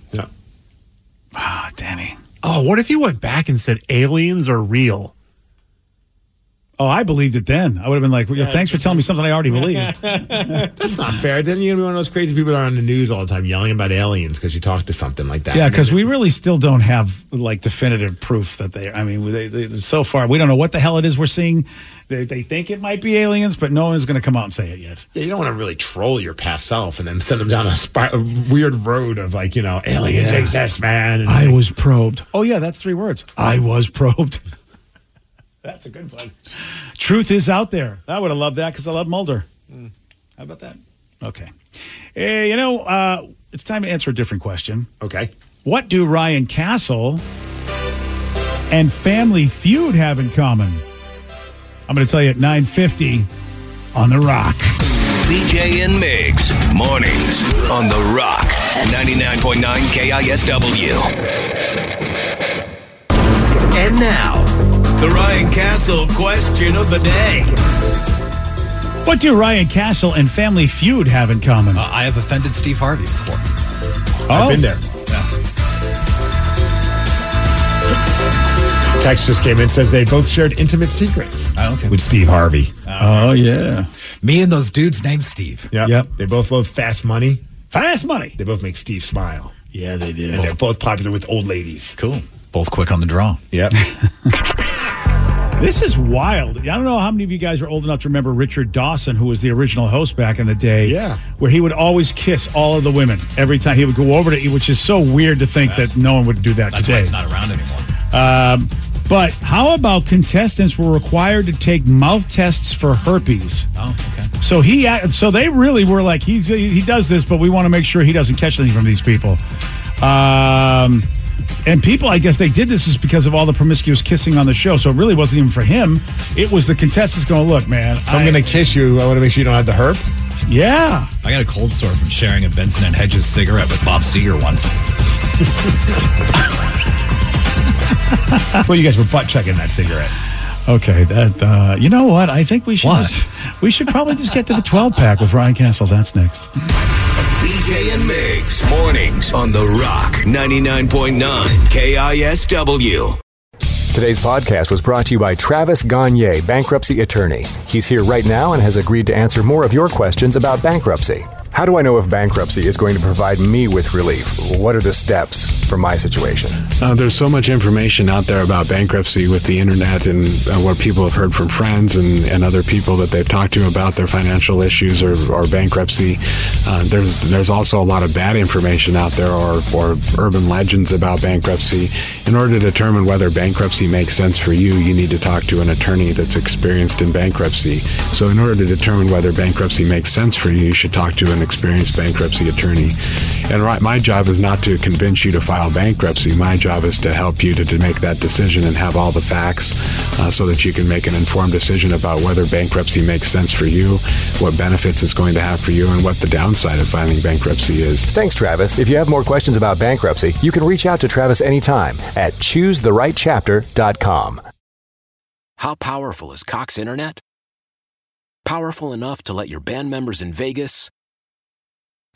[SPEAKER 3] Ah, Danny.
[SPEAKER 8] Oh, what if you went back and said aliens are real?
[SPEAKER 3] Oh, I believed it then. I would have been like, well, "Thanks for telling me something I already believed."
[SPEAKER 4] That's not fair. Then you're gonna be one of those crazy people that are on the news all the time yelling about aliens because you talked to something like that.
[SPEAKER 3] yeah, because we really still don't have like definitive proof that they. I mean, they, they, so far we don't know what the hell it is we're seeing. They, they think it might be aliens, but no one's going to come out and say it yet.
[SPEAKER 4] Yeah, you don't want to really troll your past self and then send them down a, spir- a weird road of like you know aliens
[SPEAKER 3] Yeah.
[SPEAKER 4] exist, man. And
[SPEAKER 3] I was probed. Oh yeah, that's three words. I was probed. That's a good one. Truth is out there. I would have loved that because I love Mulder. How about that? Okay. Eh, you know, uh, it's time to answer a different question.
[SPEAKER 4] Okay.
[SPEAKER 3] What do Ryan Castle and Family Feud have in common? I'm going to tell you at 9:50 on the Rock.
[SPEAKER 6] BJ and Migs. Mornings on The Rock. 99.9 KISW. And now, the Ryan Castle question of the day.
[SPEAKER 3] What do Ryan Castle and Family Feud have in common?
[SPEAKER 16] I have offended Steve Harvey before.
[SPEAKER 3] Oh.
[SPEAKER 4] I've been there. Text just came in says they both shared intimate secrets.
[SPEAKER 16] Oh, okay.
[SPEAKER 4] With Steve Harvey.
[SPEAKER 3] Oh yeah.
[SPEAKER 16] Me and those dudes named Steve.
[SPEAKER 4] Yep. They both love fast money.
[SPEAKER 3] Fast money.
[SPEAKER 4] They both make Steve smile.
[SPEAKER 16] Yeah, they did.
[SPEAKER 4] And they're both popular with old ladies.
[SPEAKER 16] Cool. Both quick on the draw.
[SPEAKER 4] Yep.
[SPEAKER 3] This is wild. I don't know how many of you guys are old enough to remember Richard Dawson, who was the original host back in the day. Yeah. Where he would always kiss all of the women every time he would go over to, which is so weird to think that no one would do that
[SPEAKER 16] That's
[SPEAKER 3] today.
[SPEAKER 16] why he's not around anymore.
[SPEAKER 3] Um, but how about contestants were required to take mouth tests for herpes?
[SPEAKER 16] Oh, okay.
[SPEAKER 3] So he, act- so they really were like, he's he does this, but we want to make sure he doesn't catch anything from these people. Um, and people, I guess they did this is because of all the promiscuous kissing on the show. So it really wasn't even for him. It was the contestants going, look, man,
[SPEAKER 4] I'm going to kiss you. I want to make sure you don't have the herp.
[SPEAKER 3] Yeah.
[SPEAKER 16] I got a cold sore from sharing a Benson and Hedges cigarette with Bob Seger once.
[SPEAKER 4] well, you guys were butt chucking that cigarette.
[SPEAKER 3] Okay, that uh, you know what? I think we should just- we should probably just get to the twelve pack with Ryan Castle. That's next.
[SPEAKER 6] BJ and Migs. Mornings on The Rock. 99.9 KISW.
[SPEAKER 17] Today's podcast was brought to you by Travis Gagne, bankruptcy attorney. He's here right now and has agreed to answer more of your questions about bankruptcy. How do I know if bankruptcy is going to provide me with relief? What are the steps for my situation?
[SPEAKER 18] Uh, there's so much information out there about bankruptcy with the internet and uh, what people have heard from friends and, and other people that they've talked to about their financial issues or, or bankruptcy. Uh, there's there's also a lot of bad information out there or, or urban legends about bankruptcy. In order to determine whether bankruptcy makes sense for you, you need to talk to an attorney that's experienced in bankruptcy. So, in order to determine whether bankruptcy makes sense for you, you should talk to an experienced bankruptcy attorney. And right, my job is not to convince you to file bankruptcy. My job is to help you to, to make that decision and have all the facts uh, so that you can make an informed decision about whether bankruptcy makes sense for you, what benefits it's going to have for you, and what the downside of filing bankruptcy is.
[SPEAKER 17] Thanks, Travis. If you have more questions about bankruptcy, you can reach out to Travis anytime at choosetherightchapter.com.
[SPEAKER 15] How powerful is Cox Internet? Powerful enough to let your band members in Vegas,